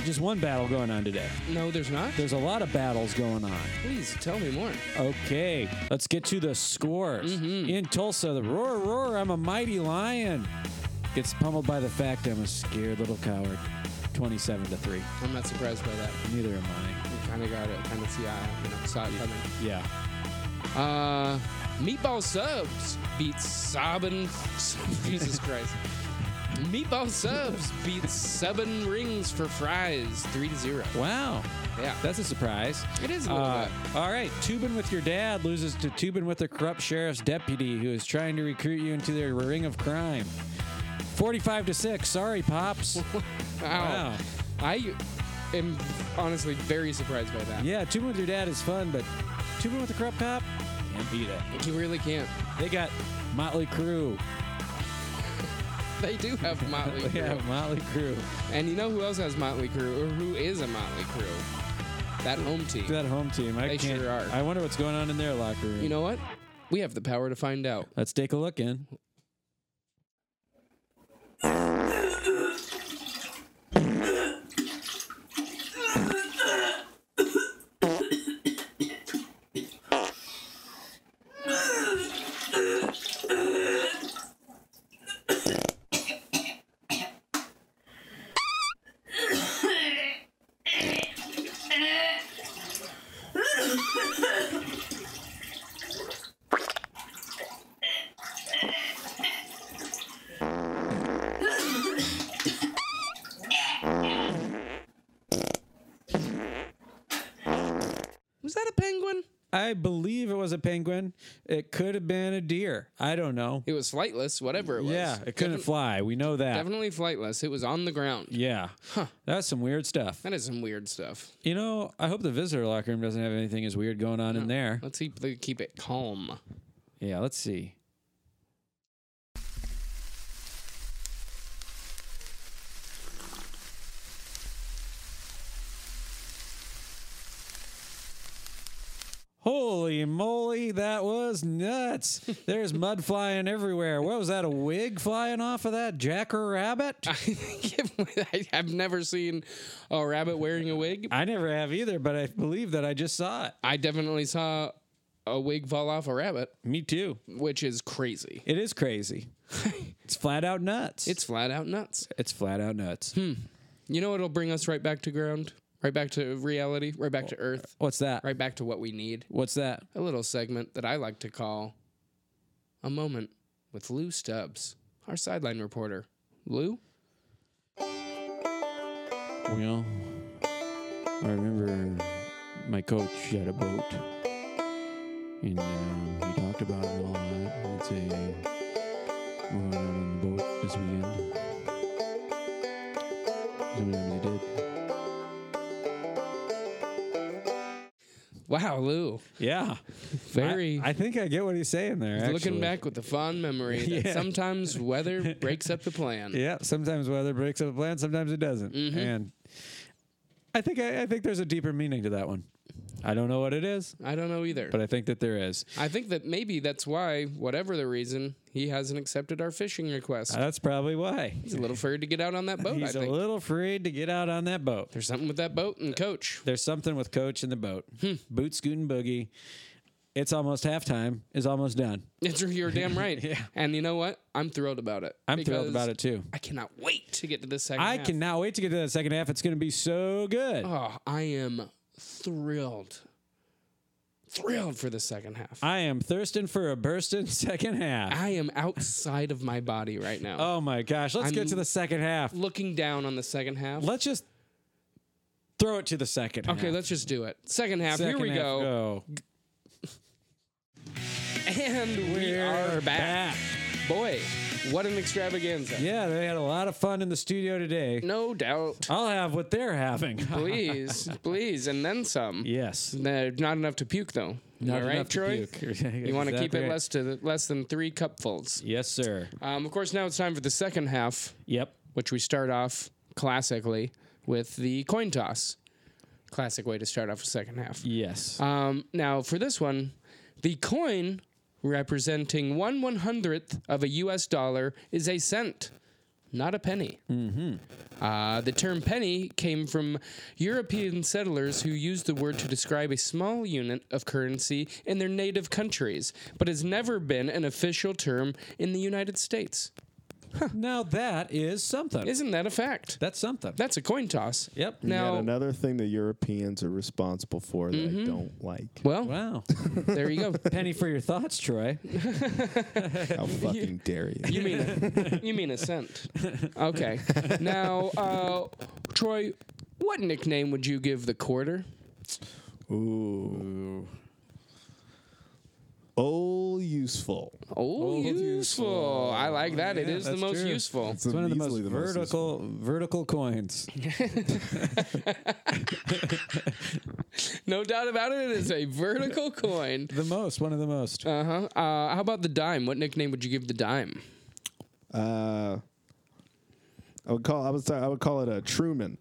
just one battle going on today. No, there's not. There's a lot of battles going on. Please tell me more. Okay, let's get to the scores. In Tulsa, the roar, roar, I'm a mighty lion gets pummeled by the fact I'm a scared little coward. 27 to 3. I'm not surprised by that. Neither am I. We kind of got it. Kind of see I you know, saw it coming. Yeah. Uh, Meatball Subs beats Sobbin. Jesus Christ. Meatball Subs beats Seven Rings for Fries 3 to 0. Wow. Yeah. That's a surprise. It is a little Uh, all right, Tubin with your dad loses to Tubin with a corrupt sheriff's deputy who is trying to recruit you into their ring of crime. Forty-five to six. Sorry, pops. bit. Ow. wow. I am honestly very surprised by that. Yeah, Tubin with your dad is fun, but Tubin with a corrupt cop can't beat it. You really can't. They got Motley Crue. They do have Motley Crue. Yeah, Motley Crue. And you know who else has Motley Crue, or who is a Motley Crue? That home team. That home team. I They can't. sure are. I wonder what's going on in their locker room. You know what? We have the power to find out. Let's take a look in. Was that a penguin? I believe it was a penguin. It could have been a deer. I don't know. It was flightless, whatever it was. Yeah, it couldn't Defin- fly. We know that. Definitely flightless. It was on the ground. Yeah. That's some weird stuff. That is some weird stuff. You know, I hope the visitor locker room doesn't have anything as weird going on in there. Let's keep, they keep it calm. Yeah, let's see. Holy moly, that was nuts. There's mud flying everywhere. What was that, a wig flying off of that jackrabbit? I think if- I- I've never seen a rabbit wearing a wig. I never have either, but I believe that I just saw it. I definitely saw a wig fall off a rabbit, Me too. which is crazy. It is crazy. it's flat out nuts. Hmm. It's flat out nuts. it's flat out nuts. You know what'll bring us right back to ground, right back to reality, right back to earth, What's that? right back to what we need. What's that? A little segment that I like to call a moment with Lou Stubbs, our sideline reporter. Lou, Well, I remember my coach had a boat, and um, he talked about it a lot. I'd say we're going out on the boat this weekend. Sometimes they did. wow, Lou, Yeah, very think I get what he's saying there. looking back with a fond memory that Yeah. sometimes weather breaks up the plan. Yeah, sometimes weather breaks up a Mm-hmm. plan, sometimes it doesn't, and I think I, I think there's a deeper meaning to that one. I don't know what it is, I don't know either. but I think that there is. I think that maybe that's why, whatever the reason, he hasn't accepted our fishing request. That's probably why. He's a little afraid to get out on that boat. I He's a think little afraid to get out on that boat. there's something with that boat and coach. There's something with Coach in the boat. Hmm. Boot scootin' boogie. It's almost halftime. Is almost done. It's you're damn right. And you know what? I'm thrilled about it. I'm thrilled because about it too. I cannot wait to get to this second. I half. cannot wait to get to that second half. It's going to be so good. Oh, I am thrilled, thrilled for the second half. I, I am thirsting for a bursting second half. am outside of my body right now, oh my gosh. Let's get to the second half. looking down on the second half. Let's just throw it to the second half. okay, let's just do it. Second half. Second here we half, go. And we are back. Boy, what an extravaganza! Yeah, they had a lot of fun in the studio today. No doubt. I'll have what they're having. Please, please, and then some. yes. No, not enough to puke though. Not All right, enough to Troy. puke. You want to keep Exactly it right. less to less than three cupfuls. Yes, sir. Um, of course, now it's time for the second half, Yep. which we start off classically with the coin toss. Classic way to start off a second half. Yes. Um, now for this one, the coin representing one one hundredth of a U.S. dollar is a cent, not a penny. Uh, the term penny came from European settlers who used the word to describe a small unit of currency in their native countries, but has never been an official term in the United States. now that is something. Isn't that a fact? That's something. That's a coin toss. yep. Yet Now, Mm-hmm. another thing the Europeans are responsible for that I don't like. well, Wow. there you go. Penny for your thoughts, Troy. How fucking dare you? You mean a, you mean a cent? Okay. Now, uh, Troy, what nickname would you give the quarter? Ooh. Oh, useful. Oh, useful. I like that. it Yeah, is the that's most true. useful. It's one of the most easily useful. vertical vertical coins. No doubt about it. It is a vertical coin. The most, one of the most. Uh-huh. Uh How about the dime? What nickname would you give the dime? Uh, I would call. I would. Say, I would call it a Truman.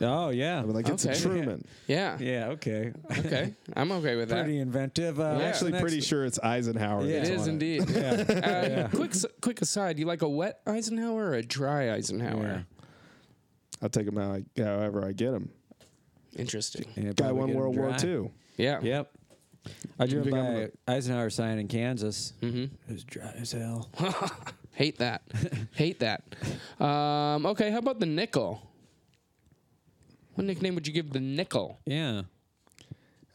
oh yeah. I mean, like it's a Okay. Truman. Yeah. yeah, okay. Okay. I'm okay with that. Pretty inventive. Uh, Yeah. what's Actually, the next- pretty sure it's Eisenhower. Yeah. it that's is on it. indeed. Yeah. Uh, Quick, s- quick aside. You like a wet Eisenhower or a dry Eisenhower? I'll take him out like, however I get him. Interesting. Yeah, Guy probably won get 'em World War dry. II. Yeah. Yep. I drove think I'm by gonna- Eisenhower sign in Kansas. Mm-hmm. It was dry as hell. Hate that. Hate that. Um, okay, how about the nickel? What nickname would you give the nickel? yeah.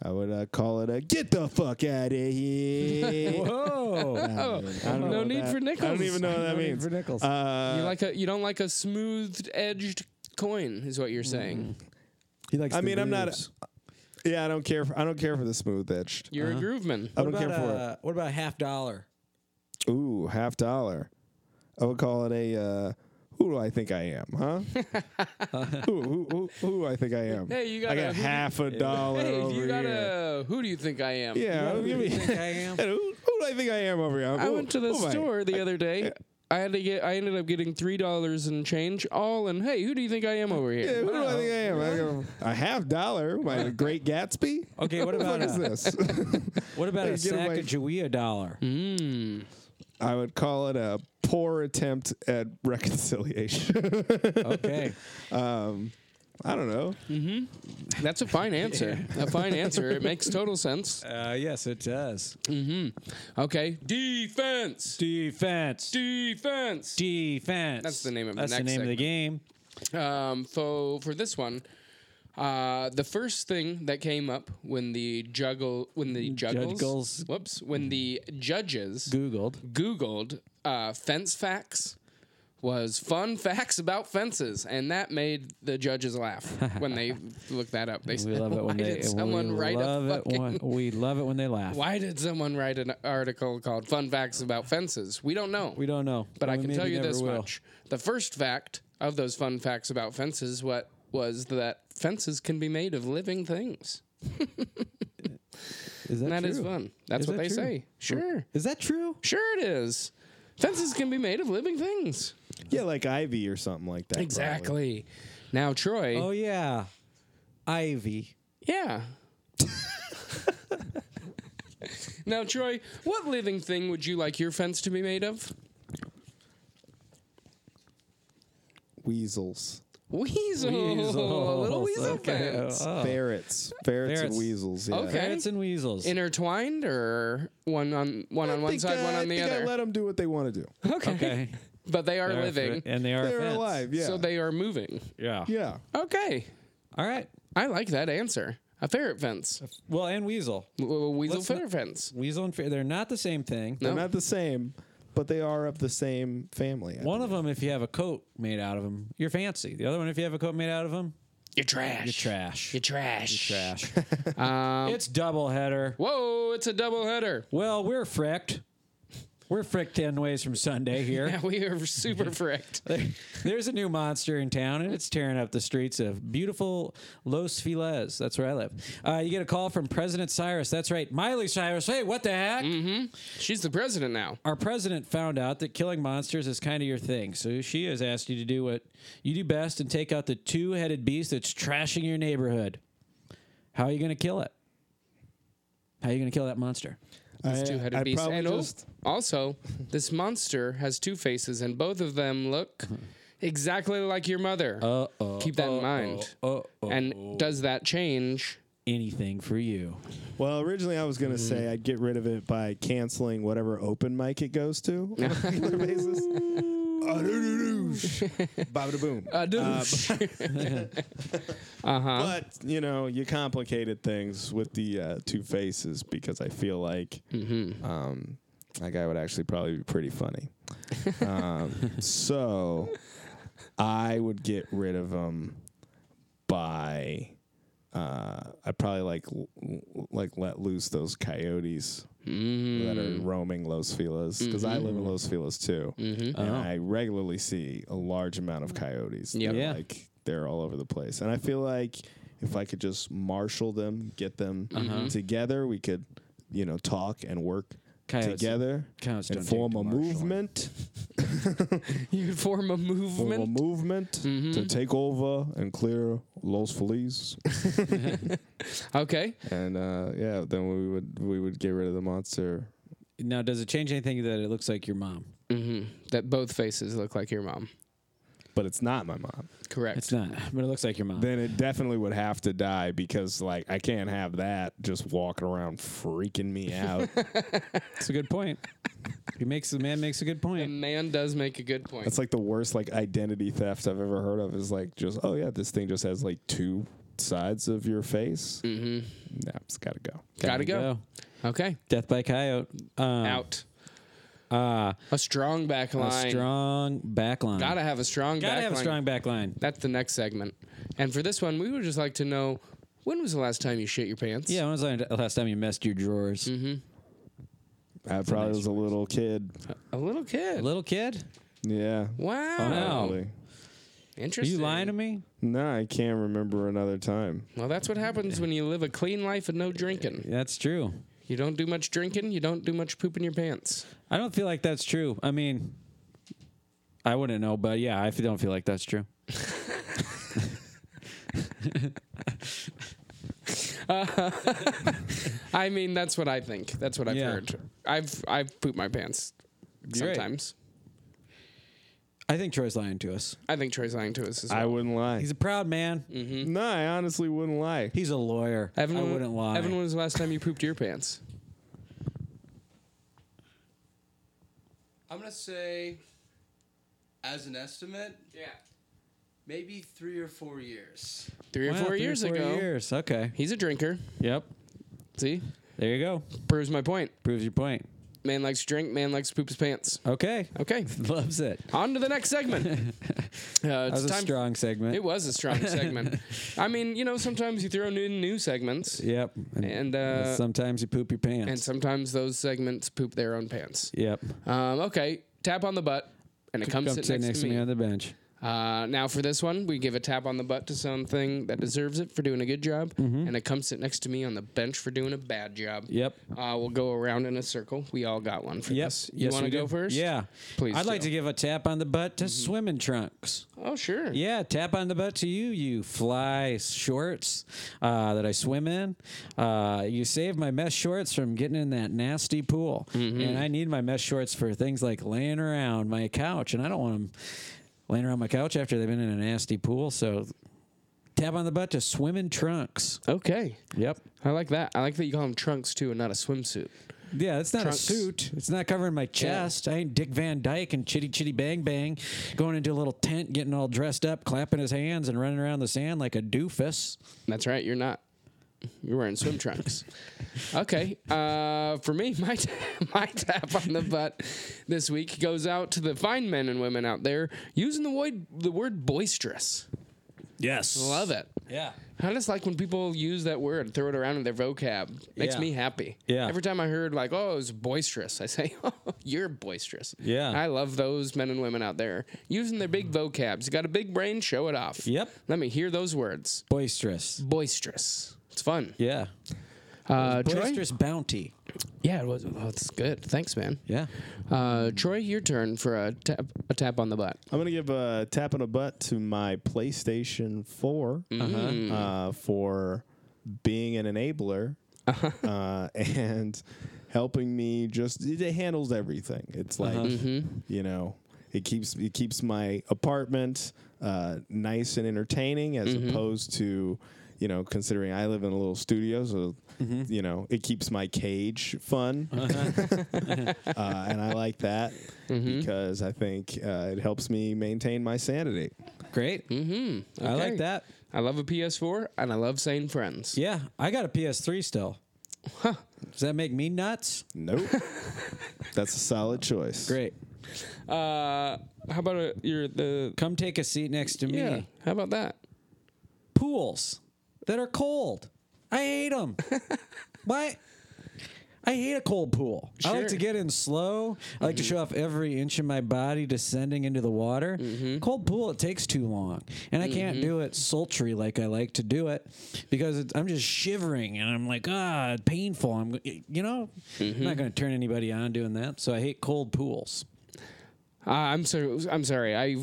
I would uh, call it a get the fuck out of here. Whoa. oh, no need for I nickels. don't even know what No that need means. for nickels. Uh, you like a you don't like a smooth edged coin, is what you're saying. Mm, he likes I mean, I'm not- yeah, I don't care. For, I don't care for the smooth edged. You're a grooveman. I What don't about, care for it. uh, what about half dollar? uh, Ooh, half dollar. I would call it a. Uh, who do I think I am, huh? who, who, who, who do I think I am? Hey, you I got a- got half a dollar Hey, over you got here. a who do you think I am? yeah, who, give me- Hey, who, who do I think I am over here? I Who- went to the who am I? store the other day. I had to get I ended up getting three dollars in change, all in hey, who do you think I am over Yeah, here? who do I think I am? I go, a half dollar? Am I the Great Gatsby? Okay, what What about the fuck a, is this? what about Hey, a get sack away. Mm-hmm. of Jawea dollar? I would call it a poor attempt at reconciliation. Okay, I don't know. That's a fine answer. A fine answer. It makes total sense. uh, yes, it does. Mm. Okay. Defense. Defense, Defense. defense. That's the name of the That's the next name of the game. Um, so for this one, uh, the first thing that came up when the juggle when the juggles, Juggles. whoops when the judges Googled. googled uh, fence facts was fun facts about fences, and that made the judges laugh when they looked that up. They We said, love it "Why when they. did someone we write love a it fucking when, We love it when they laugh. Why did someone write an article called "Fun Facts About Fences"? We don't know. We don't know, But I We can maybe tell you never this will. much: the first fact of those fun facts about fences, what was that fences can be made of living things. Is that, And that is true? fun. That's Is what that they true? say. Sure, Is that true? sure it is. Fences can be made of living things. Yeah, like Ivy or something like that. probably. Exactly. Now, Troy. Oh yeah, Oh, Ivy. Yeah. Now, Troy, what living thing would you like your fence to be made of? Weasels, Weasel. Oh, A little weasel fence. Uh, ferrets, ferrets, Ferrets. and weasels. Yeah. Oh. Okay. Ferrets Oh. and weasels. Intertwined or one on one on I one think, side, uh, one I on the think I other. let them do what they want to do. okay. okay. But they are They are living. fer- and they are. They're ferrets. alive. Yeah. So they are moving. Yeah. yeah. Okay. All right. I like that answer. A ferret fence. Well, and weasel. W- w- Weasel Let's ferret not- fence. Weasel and fer- they're not the same thing. They're No. not the same, but they are of the same family. I One of them, if you have a coat made out of them, you're fancy. The other one, if you have a coat made out of them, You're trash. you're trash. You're trash. trash. Um, it's double header. whoa, it's a double header. Well, we're fricked. We're fricked ten ways from Sunday here. Yeah, we are super fricked. There's a new monster in town, and it's tearing up the streets of beautiful Los Feliz. That's where I live. Uh, you get a call from President Cyrus. That's right, Miley Cyrus. Hey, what the heck? She's the president now. Our president found out that killing monsters is kind of your thing, so she has asked you to do what you do best and take out the two-headed beast that's trashing your neighborhood. How are you going to kill it? How are you going to kill that monster? I, two-headed I'd beast. probably And oh, just- also, this monster has two faces, and both of them look exactly like your mother. Uh-oh. Keep that in mind. Uh-oh. And does that change? Anything for you. Well, originally I was gonna Mm-hmm. say I'd get rid of it by canceling whatever open mic it goes to on a regular basis. Bada boom. Uh, But you know, you complicated things with the uh, two faces because I feel like um, that guy would actually probably be pretty funny. um, so I would get rid of him by uh, I probably like l- l- like let loose those coyotes Mm-hmm. that are Mm. roaming Los Feliz because I live in Los Feliz too, Mm-hmm. and I regularly see a large amount of coyotes. Yep. They're Yeah. like they're all over the place, and I feel like if I could just marshal them, get them together, we could you know talk and work. Coyotes- Together coyotes and don't form take a to marshaling. movement, You could form a form a movement. movement Mm-hmm. to take over and clear Los Feliz. Okay. and uh, yeah, then we would we would get rid of the monster. Now, does it change anything that it looks like your mom? Mm-hmm. That both faces look like your mom. But it's not my mom. Correct. It's not, but it looks like your mom. Then it definitely would have to die because like I can't have that just walking around freaking me out. That's a good point. he makes the man makes a good The point. man does make a good point. That's like the worst like identity theft I've ever heard of. Is like just oh yeah, this thing just has like two sides of your face. Mm-hmm. Nah, it's gotta go. Gotta go. Okay. Death by coyote. Um, Out. Uh, A strong back a line. strong back line. Gotta have a strong Gotta back have a line. strong back line. That's the next segment. And for this one, we would just like to know when was the last time you shit your pants? Yeah, when was the last time you messed your drawers? Mm-hmm. I probably was a little kid. A little kid. Little kid? Yeah. Wow. Wow. Probably. Are Interesting. you lying to me? No, I can't remember another time. Well, that's what happens when you live a clean life and no drinking. That's true. You don't do much drinking, you don't do much pooping your pants. I don't feel like that's true. I mean, I wouldn't know, but yeah, I f- don't feel like that's true. I mean, that's what I think. That's what I've Yeah. heard. I've I've pooped my pants You're right. sometimes. I think Troy's lying to us. I think Troy's lying to us as well. I wouldn't lie. He's a proud man. No, I honestly wouldn't lie. He's a lawyer. Evan, I when- wouldn't lie. Evan, when was the last time you pooped your pants? I'm gonna say, as an estimate, Yeah. maybe three or four years. Three or Wow, four three years four ago. years. Okay. He's a drinker. Yep. See? There you go. Proves my point. Proves your point. Man likes to drink, man likes to poop his pants. Okay. Okay. Loves it. On to the next segment. Uh, That it's was a time strong segment. It was a strong segment. I mean, you know, sometimes you throw in new segments, Yep. and uh, sometimes you poop your pants. and sometimes those segments poop their own pants. yep. Um, okay, tap on the butt, and it comes Come sit sit next to me on the bench. Uh, now for this one, we give a tap on the butt to something that deserves it for doing a good job, and a come sit next to me on the bench for doing a bad job. Mm-hmm. Yep. Uh, we'll go around in a circle. We all got one for Yes. this. You want to go first? Yeah. Please I'd like do. Mm-hmm. to give a tap on the butt to swimming trunks. Oh sure. Yeah, tap on the butt to you, you fly shorts uh, that I swim in. Uh, you saved my mesh shorts from getting in that nasty pool, and I need my mesh shorts for things like laying around my couch, and I don't want them laying around my couch after they've been in a nasty pool. So, tap on the butt to swim in trunks. Okay. Yep. I like that. I like that you call them trunks too, and not a swimsuit. Yeah, it's not Trunks. a suit. It's not covering my chest. I ain't Dick Van Dyke and Chitty Chitty Bang Bang going into a little tent, getting all dressed up, clapping his hands, and running around the sand like a doofus. That's right. You're not. You're wearing swim trunks. Okay. Uh, for me, my ta- my tap on the butt this week goes out to the fine men and women out there using the word the word boisterous. Yes. Love it. Yeah. I just like when people use that word and throw it around in their vocab. Makes Yeah. me happy. Yeah. Every time I heard like, "Oh, it's boisterous," I say, "Oh, you're boisterous." Yeah. I love those men and women out there using their big vocabs. You got a big brain, show it off. Yep. Let me hear those words. Boisterous. Boisterous. It's fun. Yeah. Uh, Troy? Boisterous bounty. Yeah, it was. Oh, it's good. Thanks, man. Yeah. Uh, Troy, your turn for a tap, a tap on the butt. I'm gonna give a tap on the butt to my PlayStation 4 uh, for being an enabler uh, and helping me. Just it, it handles everything. It's like you know, it keeps it keeps my apartment uh, nice and entertaining as opposed to. You know, considering I live in a little studio, so you know it keeps my cage fun uh, and I like that because I think uh, it helps me maintain my sanity. Great. Mm-hmm. I like Okay. that. I love a PS4 and I love saying friends. Yeah. I got a PS3 still. Does that make me nuts? Nope, that's a solid choice. Great. Uh, how about a, your the Come take a seat next to me. yeah? How about that? Pools that are cold. I hate them. Why? I hate a cold pool. I like Sure. Mm-hmm. to get in slow. I like to show off every inch of my body descending into the water. Mm-hmm. Cold pool, it takes too long. And I can't do it sultry like I like to do it because it's, I'm just shivering and I'm like, ah, it's painful. I'm, g- you know, Mm-hmm. I'm not going to turn anybody on doing that. So I hate cold pools. Uh, I'm sorry. I'm sorry. I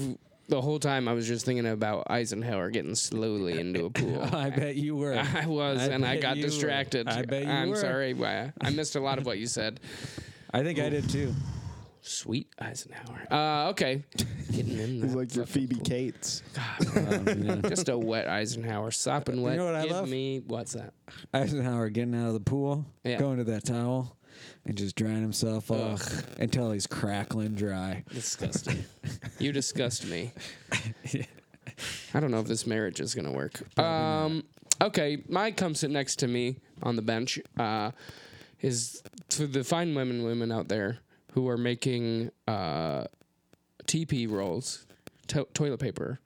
the whole time I was just thinking about Eisenhower getting slowly into a pool. I bet you were. I was, and I bet got you were. distracted. I bet you I'm were. sorry. I I missed a lot of what you said. I think I did too. Sweet Eisenhower. Uh, okay. Getting in It's that like your fucking Phoebe pool. Cates. Just a wet Eisenhower, sopping wet. know what I Give love? me what's that? Eisenhower getting out of the pool, Yeah. going to that towel, and just drying himself off until he's crackling dry. Disgusting. you disgust me. I don't know if this marriage is gonna work. Um, okay, my come sit next to me on the bench uh, is to the fine women, women out there who are making uh, TP rolls, to- toilet paper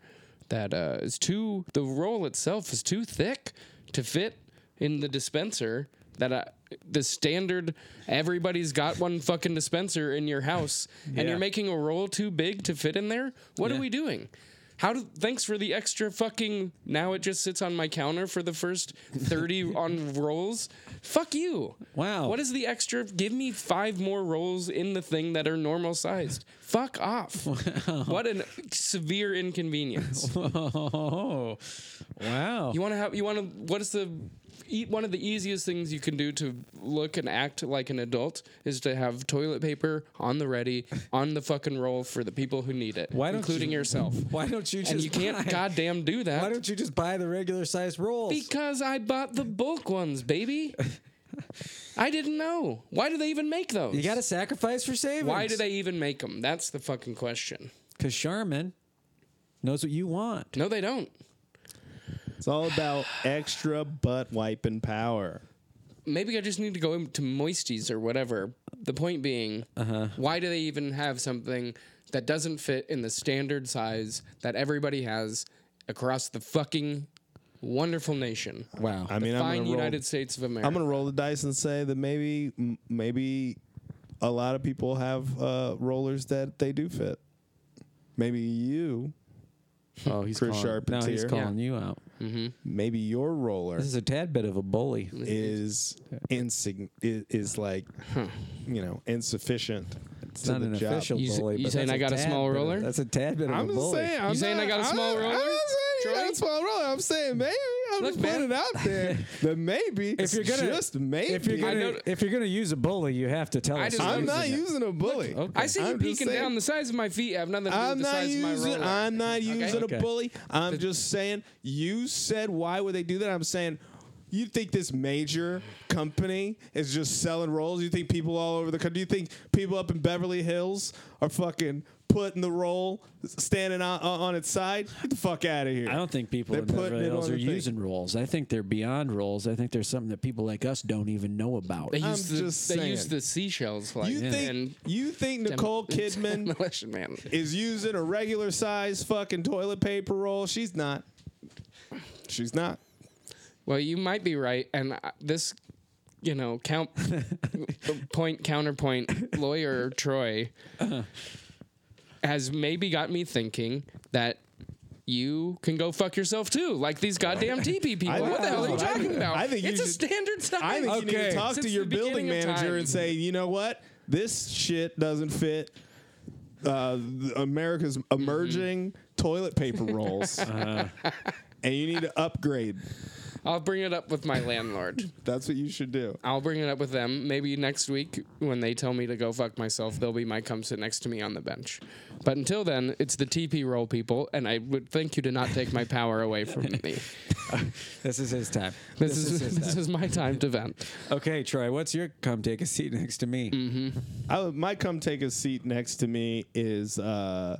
that uh, is too. The roll itself is too thick to fit in the dispenser. That I, the standard everybody's got one fucking dispenser in your house, and you're making a roll too big to fit in there. What are we doing? How do thanks for the extra fucking now it just sits on my counter for the first 30 on rolls. Fuck you. Wow. What is the extra give me 5 more rolls in the thing that are normal sized. Fuck off. What an severe inconvenience. Oh, wow. You want to have you want to what is the eat one of the easiest things you can do to look and act like an adult is to have toilet paper on the ready on the fucking roll for the people who need it, Why don't including you- yourself. why don't you just and you can't buy, goddamn do that. Why don't you just buy the regular size rolls? Because I bought the bulk ones, baby. I didn't know. Why do they even make those? you got to sacrifice for savings. Why do they even make them? That's the fucking question. Because Charmin knows what you want. No, they don't. It's all about extra butt wiping power. Maybe I just need to go into moisties or whatever. The point being, why do they even have something that doesn't fit in the standard size that everybody has across the fucking wonderful nation? Wow. I mean, I'm Fine gonna United roll, States of America. I'm gonna roll the dice and say that maybe, m- maybe, a lot of people have uh, rollers that they do fit. Maybe you Oh, he's Chris calling, Charpentier. No, he's calling you out. Maybe your roller This is a tad bit of a bully. is insign is, is like you know insufficient. It's not an official You s- bully. you but saying that's I got a tad small bit of- roller? that's a tad bit of I'm a just bully. saying. I'm You saying not- I got a I'm small not- roller, I'm not saying you got Troy? a small roller. I'm saying maybe. I'm Look, just putting it man. out there. That maybe If you're it's gonna- just maybe. If you're I gonna know- if you're gonna use a bully, you have to tell I us. just you're I'm noticed not it. using a bully. okay. I see you I'm just peeking saying- down. The size of my feet have nothing to do I'm with the not size of my using. roller. I'm not using Okay. a bully. I'm just saying. You said why would they do that? I'm saying. You think this major company is just selling rolls? You think people all over the country? You think people up in Beverly Hills are fucking putting the roll standing on, on its side? Get the fuck out of here! I don't think people They're in putting Beverly it Hills on are the thing. using rules. I think they're beyond rules. I think there's something that people like us don't even know about. They I'm use the just they use saying. the seashells like You and think you think Nicole Kidman Demolition Man. is using a regular size fucking toilet paper roll? She's not. She's not. Well, you might be right, and I- this, you know, count point counterpoint lawyer Troy Uh-huh. has maybe got me thinking that you can go fuck yourself too, like these goddamn TP people. I think what the hell are you that's what I talking think. about? I think you it's a should- standard size. I think you need to talk to Since your the beginning building of time. manager and say, you know what, this shit doesn't fit uh, th- America's Mm-hmm. emerging toilet paper rolls, Uh-huh. and you need to upgrade. I'll bring it up with my landlord. That's what you should do. I'll bring it up with them. Maybe next week when they tell me to go fuck myself, they'll be my come sit next to me on the bench. But until then, it's the TP roll people, and I would thank you to not take my power away from me. This, this is his time. is, this is my time to vent. Okay, Troy, what's your come take a seat next to me? Mm. I, would- my come take a seat next to me is uh,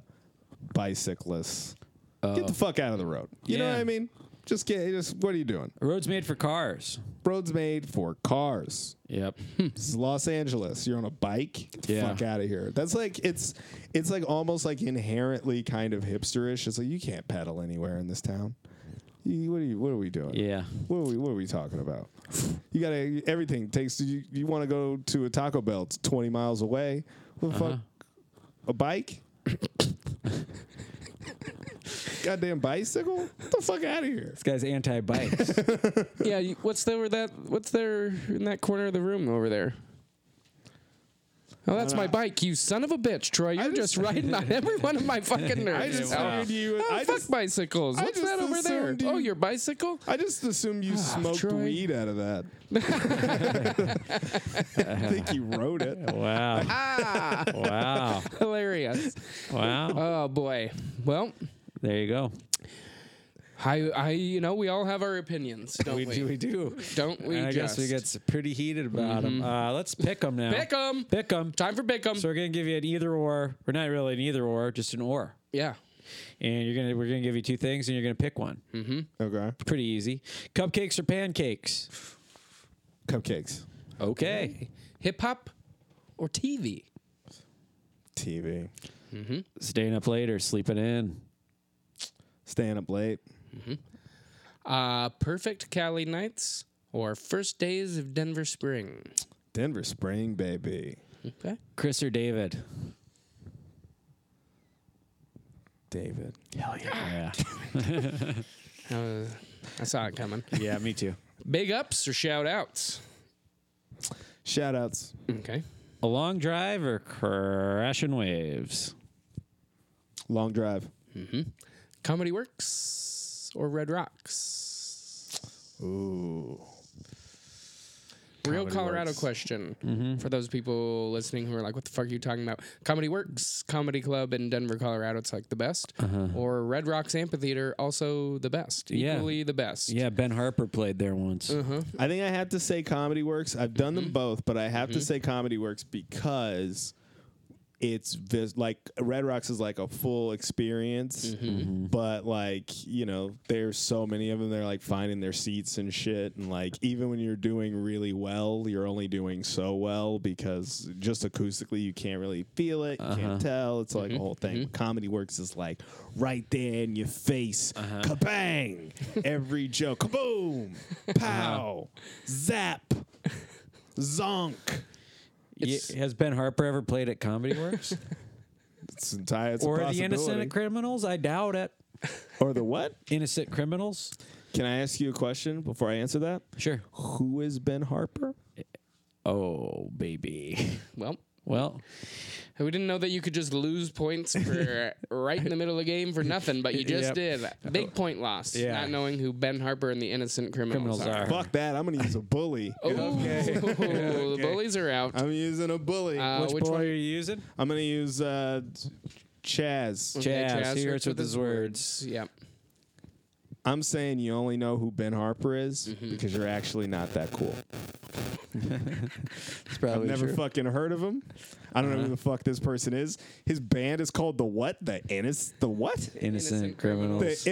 bicyclists. Oh. Get the fuck out of the road. You know Yeah. what I mean? Just get. Just what are you doing? Roads made for cars. Roads made for cars. Yep. This is Los Angeles. You're on a bike. Get the Yeah. fuck out of here. That's like it's it's like almost like inherently kind of hipsterish. It's like you can't pedal anywhere in this town. You, what are you? What are we doing? Yeah. What are we? What are we talking about? You gotta. Everything takes. You, you want to go to a Taco Bell? It's 20 miles away. What the fuck? A bike? Goddamn bicycle? Get the fuck out of here. This guy's anti bikes. Yeah, you, what's there with that? What's there in that corner of the room over there? Oh, that's my bike, you son of a bitch, Troy. You're just, Uh, just- riding on every one of my fucking nerves. I just Oh, figured you. oh, I fuck just. bicycles. I What's just that over there? assumed you- Oh, your bicycle? I just assumed you smoked Troy. weed out of that. I think you wrote it. wow. Ah, Wow. hilarious. Wow. Oh boy. Well, There you go. I, I, you know, we all have our opinions, don't we? We do. Don't Oh, we? And I guess just? Mm-hmm. we get s- pretty heated about them. Uh, let's pick them now. pick 'em. Pick 'em. Time for pick 'em. So we're gonna give you an either or. We're not really an either or, just an or. yeah. And you're gonna we're gonna give you two things, and you're gonna pick one. Okay. Pretty easy. Cupcakes or pancakes? Cupcakes. Okay. Hip hop or TV? TV. Staying up late or sleeping in? Staying up late. Uh, perfect Cali nights or first days of Denver spring? Denver Spring, baby. Okay. Chris or David? David. Yeah. Uh, I saw it coming. yeah. Me too. Big ups or shout outs? Shout outs. Okay. A long drive or crashing waves? Long drive. Comedy Works or Red Rocks? Ooh. Real Comedy Colorado Works. question for those people listening who are like, "What the fuck are you talking about?" Comedy Works Comedy Club in Denver, Colorado. It's like the best, or Red Rocks Amphitheater, also the best, Yeah. equally the best. Yeah. Ben Harper played there once. I think I have to say Comedy Works. I've done them both, but I have to say Comedy Works because it's vis- like Red Rocks is like a full experience, Mm-hmm. but like you know, there's so many of them. They're like finding their seats and shit, and like even when you're doing really well, you're only doing so well because just acoustically you can't really feel it, you can't tell. It's Mm-hmm. like a whole thing. Comedy Works is like right there in your face, Uh-huh. kabang! Every joke, kaboom, Uh-huh. pow, zap, zonk. Ye- Has Ben Harper ever played at Comedy Works It's entire. It's a or the possibility. Innocent Criminals? I doubt it. or the what? Innocent criminals? Can I ask you a question before I answer that? Sure. Who is Ben Harper? Oh, baby. Well, Well, we didn't know that you could just lose points for right in the middle of the game for nothing, but you Yep. just did. Big point loss. Yeah. Not knowing who Ben Harper and the innocent criminals, Criminals are. are. Fuck that. I'm going to use a bully. Oh. Ooh, The bullies are out. I'm using a bully. Uh, which boy one? are you using? I'm going to use uh, Chaz. Okay, Chaz, Chaz he hurts hurts with his words. Yep. I'm saying you only know who Ben Harper is Mm-hmm. because you're actually not that cool. It's I've probably never true. Uh-huh. fucking heard of him. I don't know who the fuck this person is. His band is called the what? The Innis? The what? innocent, Innocent criminals. The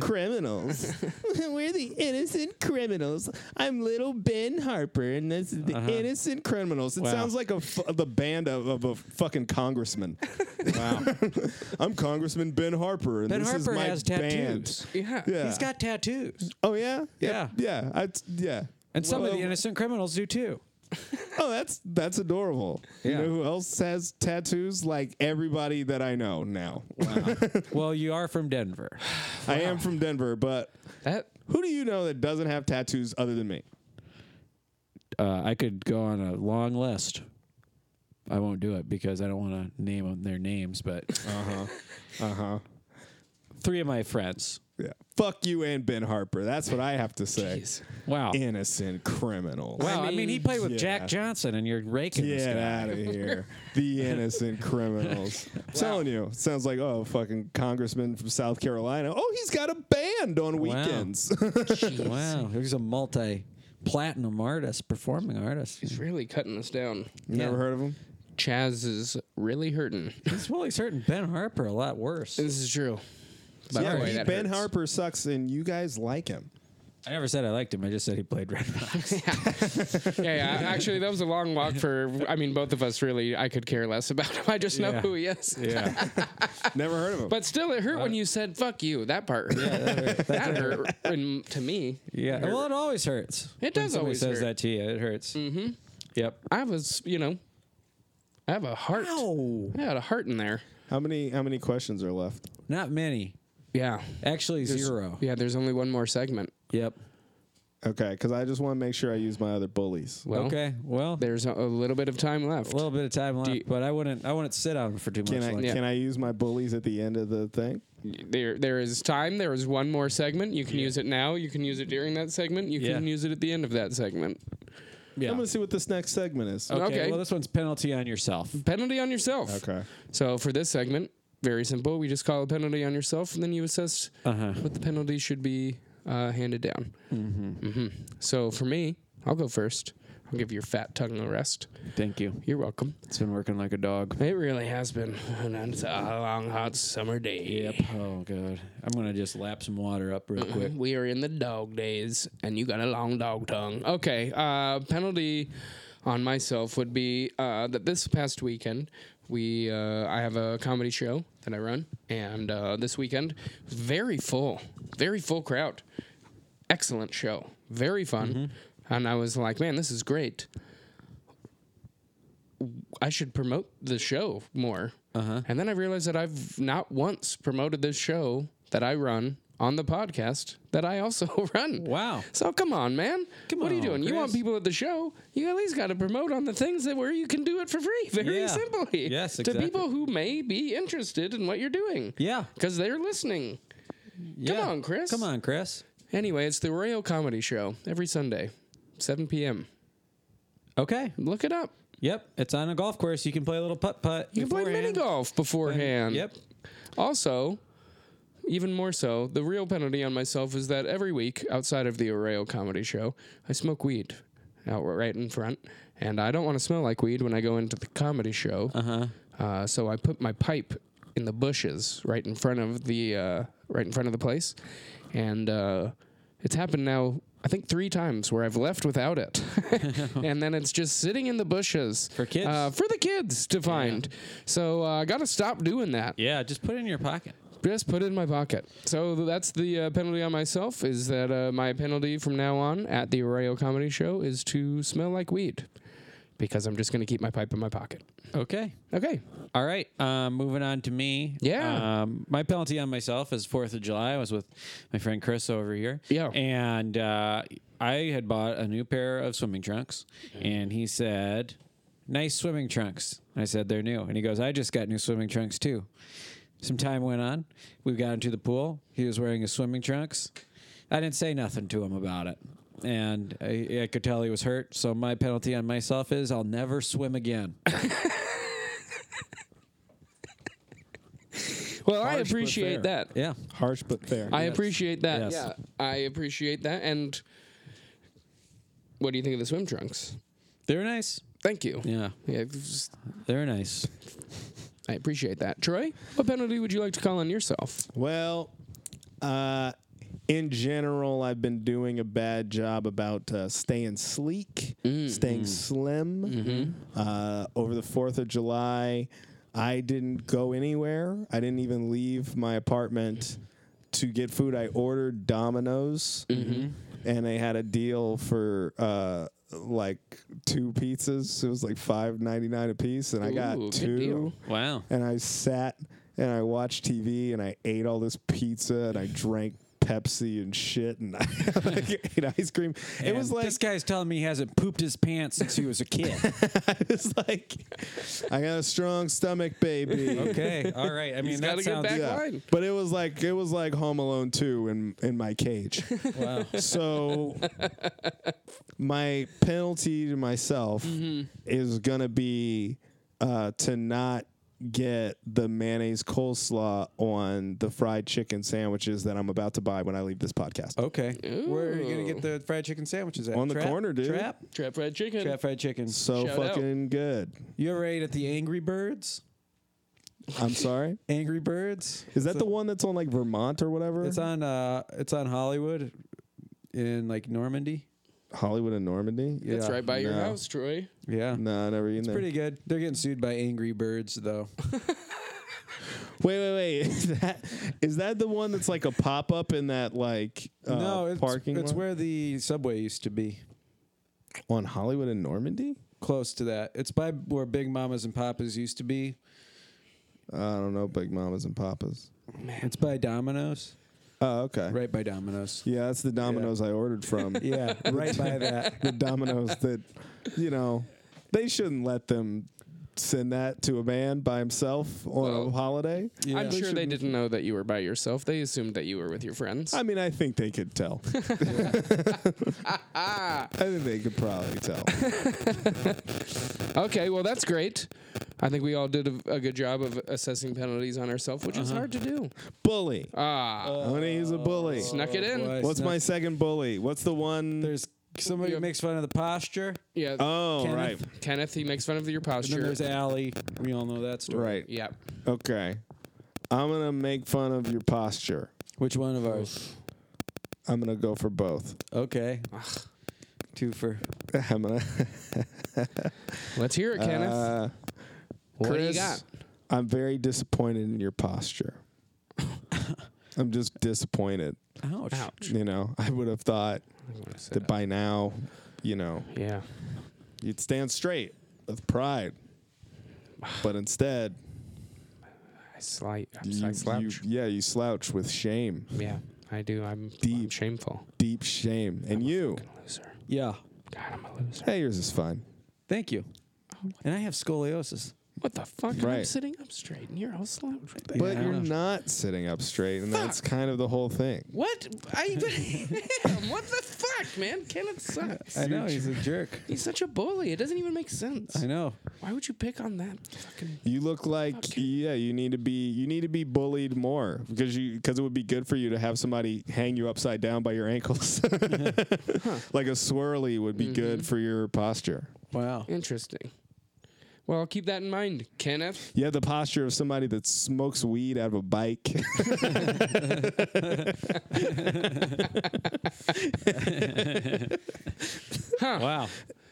criminals. We're the innocent criminals. I'm little Ben Harper, and this is the innocent criminals. It Uh-huh. Wow. sounds like a f- the band of, of a fucking congressman. wow. I'm Congressman Ben Harper, and ben this Harper is my has band. tattoos. Yeah. Yeah. He's got tattoos. Oh yeah. Yeah. Yeah. I, yeah. And some of Well, the innocent criminals do too. Oh, that's that's adorable. You Yeah. know who else has tattoos? Like everybody that I know now. Well, you are from Denver. I am from Denver, but That who do you know that doesn't have tattoos other than me? Uh, I could go on a long list. I won't do it because I don't want to name 'em their names, but Uh huh. three of my friends. Yeah. Fuck you and Ben Harper. That's what I have to say. Jeez. Wow. Innocent criminals. wow. I mean, mean, he played with yeah. Jack Johnson, and you're raking this Get guy. out of here. The innocent criminals. I'm telling you, it sounds like, oh, fucking congressman from South Carolina. Oh, he's got a band on Wow. weekends. Wow, he's a multi platinum artist, performing artist. he's really cutting us down. Never Yeah. heard of him? Chaz is really hurting. He's well, he's hurting Ben Harper a lot worse. This is true. By yeah, the way, he- that Ben hurts. Harper sucks, and you guys like him. I never said I liked him. I just said he played Red Rocks. Yeah, yeah. Actually, that was a long walk for. I mean, both of us really. I could care less about him. I just know Yeah. who he is. yeah, Never heard of him. But still, it hurt when you said "fuck you." That part. Yeah, that hurt. in- to me. yeah. Well, it always hurts. It When does somebody always says hurt. that to you. It hurts. Mm-hmm. Yep. I was, you know, I have a heart. Ow. I had a heart in there. how many how many questions are left? Not many. Yeah. Actually, zero. Yeah. There's only one more segment. Yep. Okay, because I just want to make sure I use my other bullies. Well, okay. Well, There's a, a little bit of time left. a little bit of time left, you- but I wouldn't. I wouldn't sit on him for too much Can I longer. Yeah. can I use my bullies at the end of the thing? there there is time. There is one more segment. You can use it now. You can use it during that segment. You Yeah. can use it at the end of that segment. Yeah. I'm gonna see what this next segment is. Okay. Okay. Well, this one's penalty on yourself. Penalty on yourself. Okay. So for this segment, very simple. We just call a penalty on yourself, and then you assess Uh-huh. what the penalty should be uh, handed down. Mm-hmm. So for me, I'll go first. I'll give your fat tongue a rest. Thank you. You're welcome. It's been working like a dog. It really has been and it's a long, hot summer day. Yep. Oh god. I'm gonna just lap some water up real quick. We are in the dog days, and you got a long dog tongue. Okay, uh, penalty on myself would be uh, that this past weekend we uh, I have a comedy show that I run, and uh, this weekend was very full, very full crowd. Excellent show, very fun, Mm-hmm. and I was like, man, this is great. I should promote the show more. Uh-huh. And then I realized that I've not once promoted this show that I run on the podcast that I also run. Wow. So come on, man. Come what are you on, doing? You want Chris. people at the show? You at least got to promote on the things that where you can do it for free, very Yeah. simply. Yes, To exactly. people who may be interested in what you're doing. Yeah. Because they're listening. Yeah. on, Chris. Come on, Chris. Anyway, it's the Royal Comedy Show every Sunday, 7 p.m. Okay. Look it up. Yep. It's on a golf course. You can play a little putt putt. You can play mini golf beforehand. Yep. Also, even more so, the real penalty on myself is that every week, outside of the Arroyo comedy show, I smoke weed out right in front, and I don't want to smell like weed when I go into the comedy show. Uh-huh. so I put my pipe in the bushes right in front of the uh, right in front of the place, and uh, it's happened now. I think three times where I've left without it, and then it's just sitting in the bushes For kids? Uh, for the kids to find. So uh, I got to stop doing that Yeah. Just put it in your pocket. just put it in my pocket. So th- that's the uh, penalty on myself. Is that uh, my penalty from now on at the Arroyo Comedy Show is to smell like weed. because I'm just going to keep my pipe in my pocket. Okay. Okay. All right. Um, moving on to me. Yeah. Um, my penalty on myself is Fourth of July. I was with my friend Chris over here. Yeah. And uh, I had bought a new pair of swimming trunks, and he said, "Nice swimming trunks." I said, "They're new," and he goes, "I just got new swimming trunks too." Some time went on. We got into the pool. He was wearing his swimming trunks. I didn't say nothing to him about it. And I, I could tell he was hurt. So my penalty on myself is I'll never swim again. Well, I Harsh but appreciate fair. that. Yeah. Harsh but fair. I appreciate that. Yes. Yeah. I appreciate that. And what do you think of the swim trunks? They're nice. Thank you. Yeah. Yeah, just- They're nice. I appreciate that. Troy, what penalty would you like to call on yourself? Well, uh, in general, I've been doing a bad job about uh, staying sleek, Mm. staying slim. Mm-hmm. Uh, over the 4th of July, I didn't go anywhere. I didn't even leave my apartment to get food. I ordered Domino's, Mm-hmm. and they had a deal for. Uh, like two pizzas, it was like five ninety nine a piece, and I Ooh, got good two deal. Wow. and I sat and I watched TV and I ate all this pizza and I drank Pepsi and shit and I ate ice cream. it was like this guy's telling me he hasn't pooped his pants since he was a kid. it was like I got a strong stomach, baby. okay. All right. I mean, He's that gotta get sounds. back- Yeah. Fine. But it was like it was like Home Alone 2 in in my cage. Wow. So my penalty to myself Mm-hmm. is gonna be uh, to not get the mayonnaise coleslaw on the fried chicken sandwiches that I'm about to buy when I leave this podcast. Okay. Where are you gonna get the fried chicken sandwiches at? On the Trap? corner, dude. Trap. Trap fried chicken. Trap fried chicken. So Shout out. fucking good. You ever ate at the Angry Birds? I'm sorry. Angry Birds. Is that the one that's on like Vermont or whatever? It's on. Uh, it's on Hollywood, in like Normandy. Hollywood and Normandy. Yeah. That's Yeah. right by your No. house, Troy. Yeah. No, I never eaten that. Pretty good. They're getting sued by Angry Birds though. Wait, wait, wait. Is that is that the one that's like a pop up in that like uh, no, it's, parking it's lot? where the subway used to be. on Hollywood and Normandy? Close to that. It's by where Big Mamas and Papas used to be. Uh, I don't know, Big Mamas and Papas. It's by Domino's. Oh, okay. Right by Domino's. Yeah, that's the Domino's I ordered from. Yeah, right by that. the Domino's that, you know, they shouldn't let them send that to a man by himself on Well, a holiday. I'm sure they shouldn't- didn't know that you were by yourself. They assumed that you were with your friends. I mean, I think they could tell. I think they could probably tell. okay, well, that's great. I think we all did a, a good job of assessing penalties on ourselves, which is hard to do. Bully. Ah, Honey, he's a bully. snuck it in. boy. What's my second bully? What's the one? There's somebody Yeah. who makes fun of the posture. Yeah, oh, Kenneth. right. Kenneth, he makes fun of your And then posture. there's Allie. We all know that story. Right. Yeah. Okay. I'm going to make fun of your posture. Which one of ours? I'm going to go for both. Okay. Two for. I'm going to. Let's hear it, Kenneth. Uh, what do you Chris, got? I'm very disappointed in your posture. I'm just disappointed. Ouch. Ouch. You know, I would have thought that by now, you know, Yeah. you'd stand straight with pride. But instead, I slight. I'm you, I you, slouch. yeah, you slouch with shame, yeah, I do. I'm, I'm Deep. shameful. deep shame. And you, Loser. Yeah. God, I'm a loser. hey, yours is fine. Thank you. And I have scoliosis. What the fuck? I'm Right. sitting up straight and you're all slouched right back. But I you're know. not sitting up straight, and that's kind of the whole thing. What? I Damn, what the fuck, man? Kenneth sucks. I know he's a jerk. He's such a bully. It doesn't even make sense. I know. Why would you pick on that fucking You look like Okay. yeah. You need to be you need to be bullied more because you because it would be good for you to have somebody hang you upside down by your ankles. Like a swirly would be Mm-hmm. good for your posture. Wow. interesting? Well, I'll keep that in mind, Kenneth. You have the posture of somebody that smokes weed out of a bike. Wow.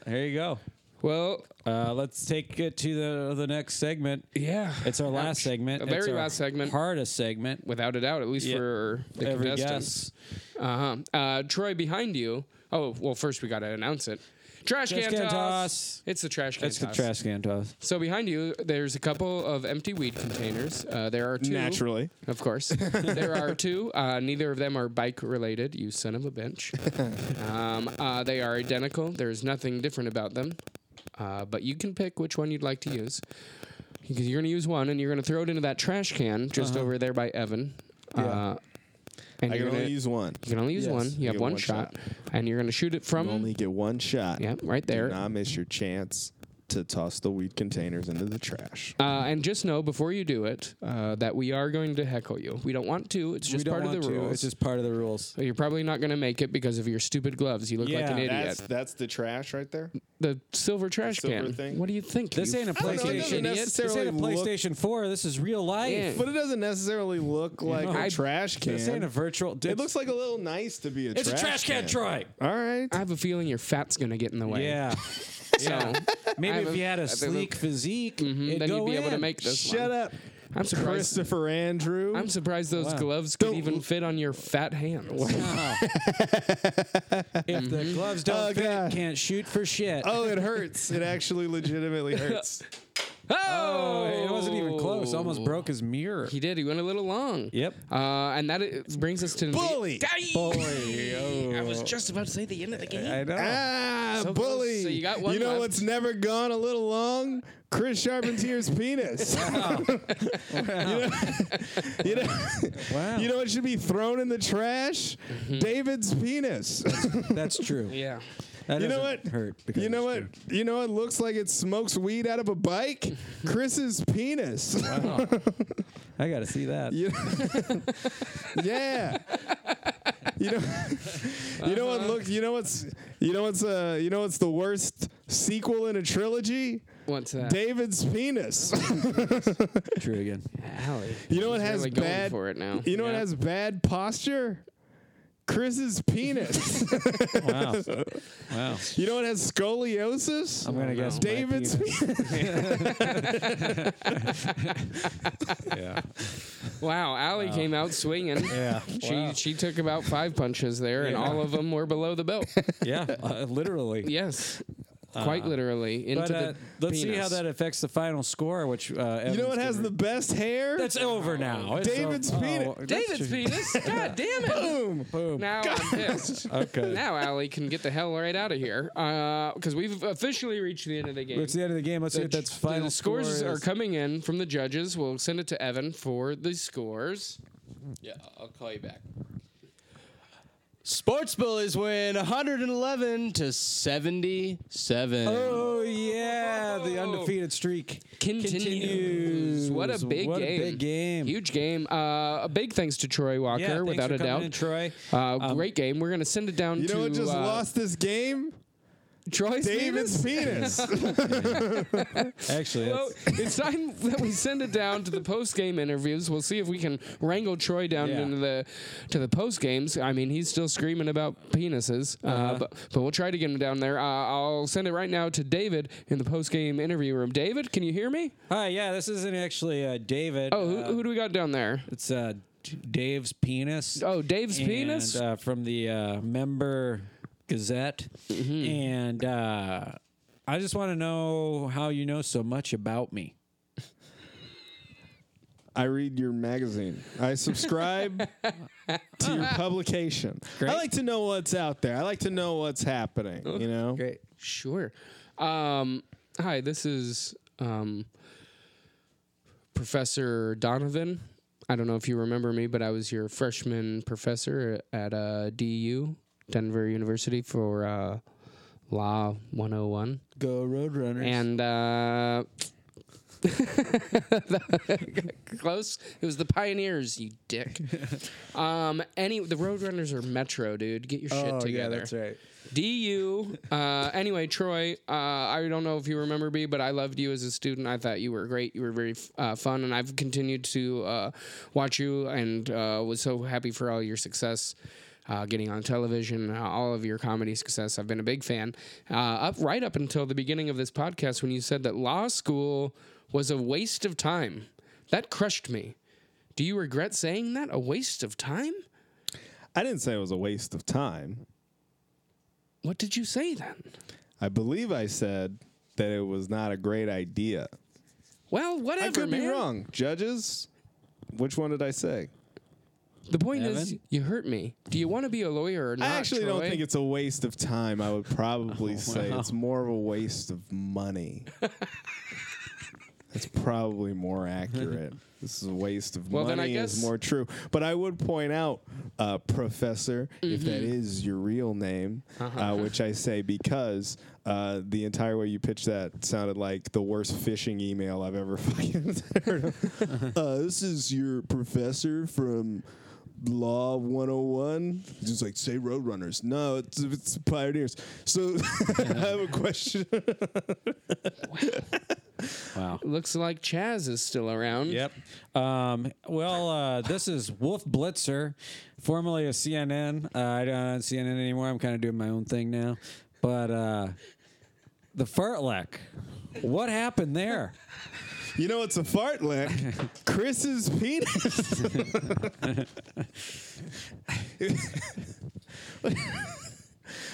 There you go. Well, Uh, let's take it to the the next segment. yeah. It's our last Ouch. segment. The It's very our last segment. Hardest segment. Without a doubt, at least Yeah. for the Every contestants. guess. Uh-huh. Uh Troy, behind you. Oh, well, first we got to announce it. Trash Trash can, can toss. toss. It's the trash can That's the toss. trash can toss. So behind you, there's a couple of empty weed containers. Uh, there are two. Naturally. Of course. there are two. Uh, neither of them are bike related, you son of a bitch. um, uh, they are identical. There's nothing different about them. Uh, but you can pick which one you'd like to use. Because you're going to use one and you're going to throw it into that trash can just over there by Evan. Uh, and I can you're gonna, only use one. you can only use Yes. one. You have get one, shot, And you're going to shoot it from. You only get one shot. yeah, right there. Do not miss your chance to toss the weed containers into the trash. Uh, and just know before you do it uh, that we are going to heckle you. We don't want to. It's We just don't part of the want to. rules. It's just part of the rules. You're probably not going to make it because of your stupid gloves. You look like Yeah, an idiot. That's that's the trash right there. the silver trash silver can. thing? What do you think? This you ain't a fucking know, it PlayStation. doesn't idiot? This ain't a necessarily look- PlayStation 4. This is real life. Yeah. But it doesn't necessarily look like I- a trash can. This ain't a virtual. it looks like a little nice to be a it's trash a trash can, Troy. All right. I have a feeling your fat's going to get in the way. Yeah. So I Maybe have if you had a I think sleek physique, it'd then go you'd be able to in. make this Shut one. up, I'm surprised. Christopher Andrew. I'm surprised those gloves could even fit on your fat hands. If Mm-hmm. the gloves don't Oh, fit, God. can't shoot for shit. oh, it hurts. It actually legitimately hurts. Oh, it wasn't even close. Oh. Almost broke his mirror. He did. He went a little long. Yep. Uh, and that i- brings us to the- Bully. Die! Bully. I was just about to say the end of the game. I know. Ah, So close. bully! So you got one know left. what's never gone a little long? Chris Charpentier's penis. you, know, you, know, wow. you know what should be thrown in the trash? Mm-hmm. David's penis. That's true. yeah. That you know doesn't what? Hurt. because you know it's what? true. You know what looks like it smokes weed out of a bike? Chris's penis. I got to see that. You- yeah. You know, you know Uh-huh. what? Look, you know what's, you know what's, uh, you know what's the worst sequel in a trilogy? What's that? David's penis. True again. Allie. you know what She's has really going bad. for it now. You know what Yeah. has bad posture? Chris's penis. Wow. wow. you know what has scoliosis? I'm gonna guess my David's penis. penis. Yeah. Wow, Allie came out swinging. Yeah. She she took about five punches there, and Yeah. all of them were below the belt. yeah. Uh, literally. yes, quite literally into Uh, But uh, the. let's see penis. how that affects the final score. Which uh, You know what has the best hair? That's over now. It's David's over. penis. oh, that's David's true. penis. God damn it! Boom. Boom. Now I'm pissed. Oh, Okay. Now Allie can get the hell right out of here, because we've officially reached the end of the game. It's the end of the game. Let's see if that's final the scores score are is. coming in from the judges. We'll send it to Evan for the scores. Yeah, I'll call you back. Sports Bullies win 111 to 77. Oh yeah, the undefeated streak Continues. What a big What game! A big game. Huge game. Uh, a big thanks to Troy Walker, yeah, thanks without for a coming doubt. in, Troy. Um, Uh, great game. We're gonna send it down You to know what just uh, lost this game? Troy's David's penis. Actually, Well, that's- Oh, it's time that we send it down to the post game interviews. We'll see if we can wrangle Troy down Yeah. into the to the post games. I mean, he's still screaming about penises, uh, Uh-huh. but but we'll try to get him down there. Uh, I'll send it right now to David in the post game interview room. David, can you hear me? hi. Yeah, this isn't actually uh, David. Oh, who, uh, who do we got down there? it's uh, D- Dave's penis. Oh, Dave's and, penis. uh, from the uh, member Gazette, Mm-hmm. and uh, I just want to know how you know so much about me. I read your magazine. I subscribe to your publication. I like to know what's out there. I like to know what's happening. You know, Great. Sure. Um, hi, this is um, Professor Donovan. I don't know if you remember me, but I was your freshman professor at uh, DU, Denver University, for uh, Law 101. Go Roadrunners. And uh, close. It was the Pioneers, you dick. Um, any the Roadrunners are Metro, dude. Get your shit together. right. DU. Uh, anyway, Troy, uh, I don't know if you remember me, but I loved you as a student. I thought you were great. You were very f- uh, fun, and I've continued to uh, watch you and uh, was so happy for all your success. Uh, getting on television, uh, all of your comedy success. I've been a big fan. Uh, up right up until the beginning of this podcast, when you said that law school was a waste of time, that crushed me. Do you regret saying that? A waste of time? I didn't say it was a waste of time. What did you say then? I believe I said that it was not a great idea. Well, whatever, I could man. be wrong. Judges, which one did I say? The point is, Evan? you hurt me. Do you want to be a lawyer or not? I actually don't Troy? Oh, think it's a waste of time. I would probably say it's more of a waste of money. That's probably more accurate. This is a waste of Well, money then I is guess- more true. But I would point out, uh, Professor, if that Mm-hmm. is your real name, Uh-huh. uh, which I say because uh, the entire way you pitched that sounded like the worst phishing email I've ever fucking heard of. uh, this is your professor from Law 101. He's just like, say Roadrunners. No, it's, it's Pioneers. So I have a question. Wow. Looks like Chaz is still around. Yep. Um, well, uh, this is Wolf Blitzer, formerly of CNN. Uh, I don't on CNN anymore. I'm kind of doing my own thing now. But uh, the fartlek, what happened there? You know, it's a fart lick. Chris's penis.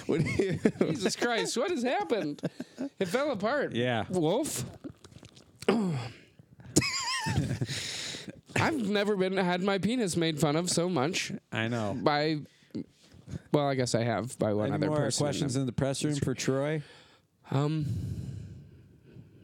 what do you, Jesus Christ, what has happened? It fell apart. Yeah. Wolf. I've never been had my penis made fun of so much I know. by. Well, I guess I have by one Any other more person. questions in the press room for Troy? Um.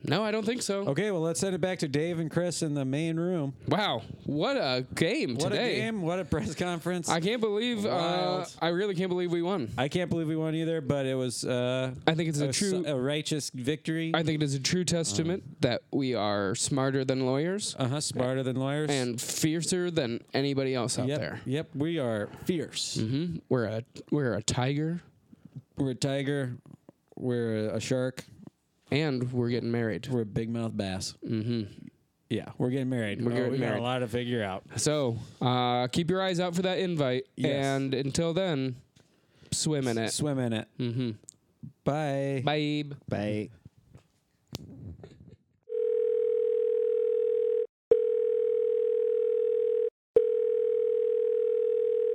No, I don't think so. Okay, well, let's send it back to Dave and Chris in the main room. Wow, what a game What today! a game. What a press conference. I can't believe. Uh, Wild. I really can't believe we won. I can't believe we won either, but it was uh, I think it's a s- true- a righteous victory. I think it is a true testament that we are smarter than lawyers Uh huh. Smarter than lawyers. and fiercer than anybody else out yep, there. Yep. We are fierce. hmm We're a we're a tiger, We're a tiger. We're a shark. and we're getting married. We're a big mouth bass. Mm-hmm. Yeah, we're getting married. Mm. We're Oh, getting we got married. a lot to figure out. So uh, keep your eyes out for that invite, Yes. and until then, swim in it. Swim in it. Mm-hmm. Bye. Bye. Bye.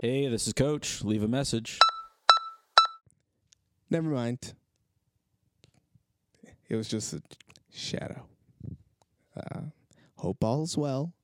Hey, this is Coach. Leave a message. Never mind. It was just a shadow. Uh, hope all's well.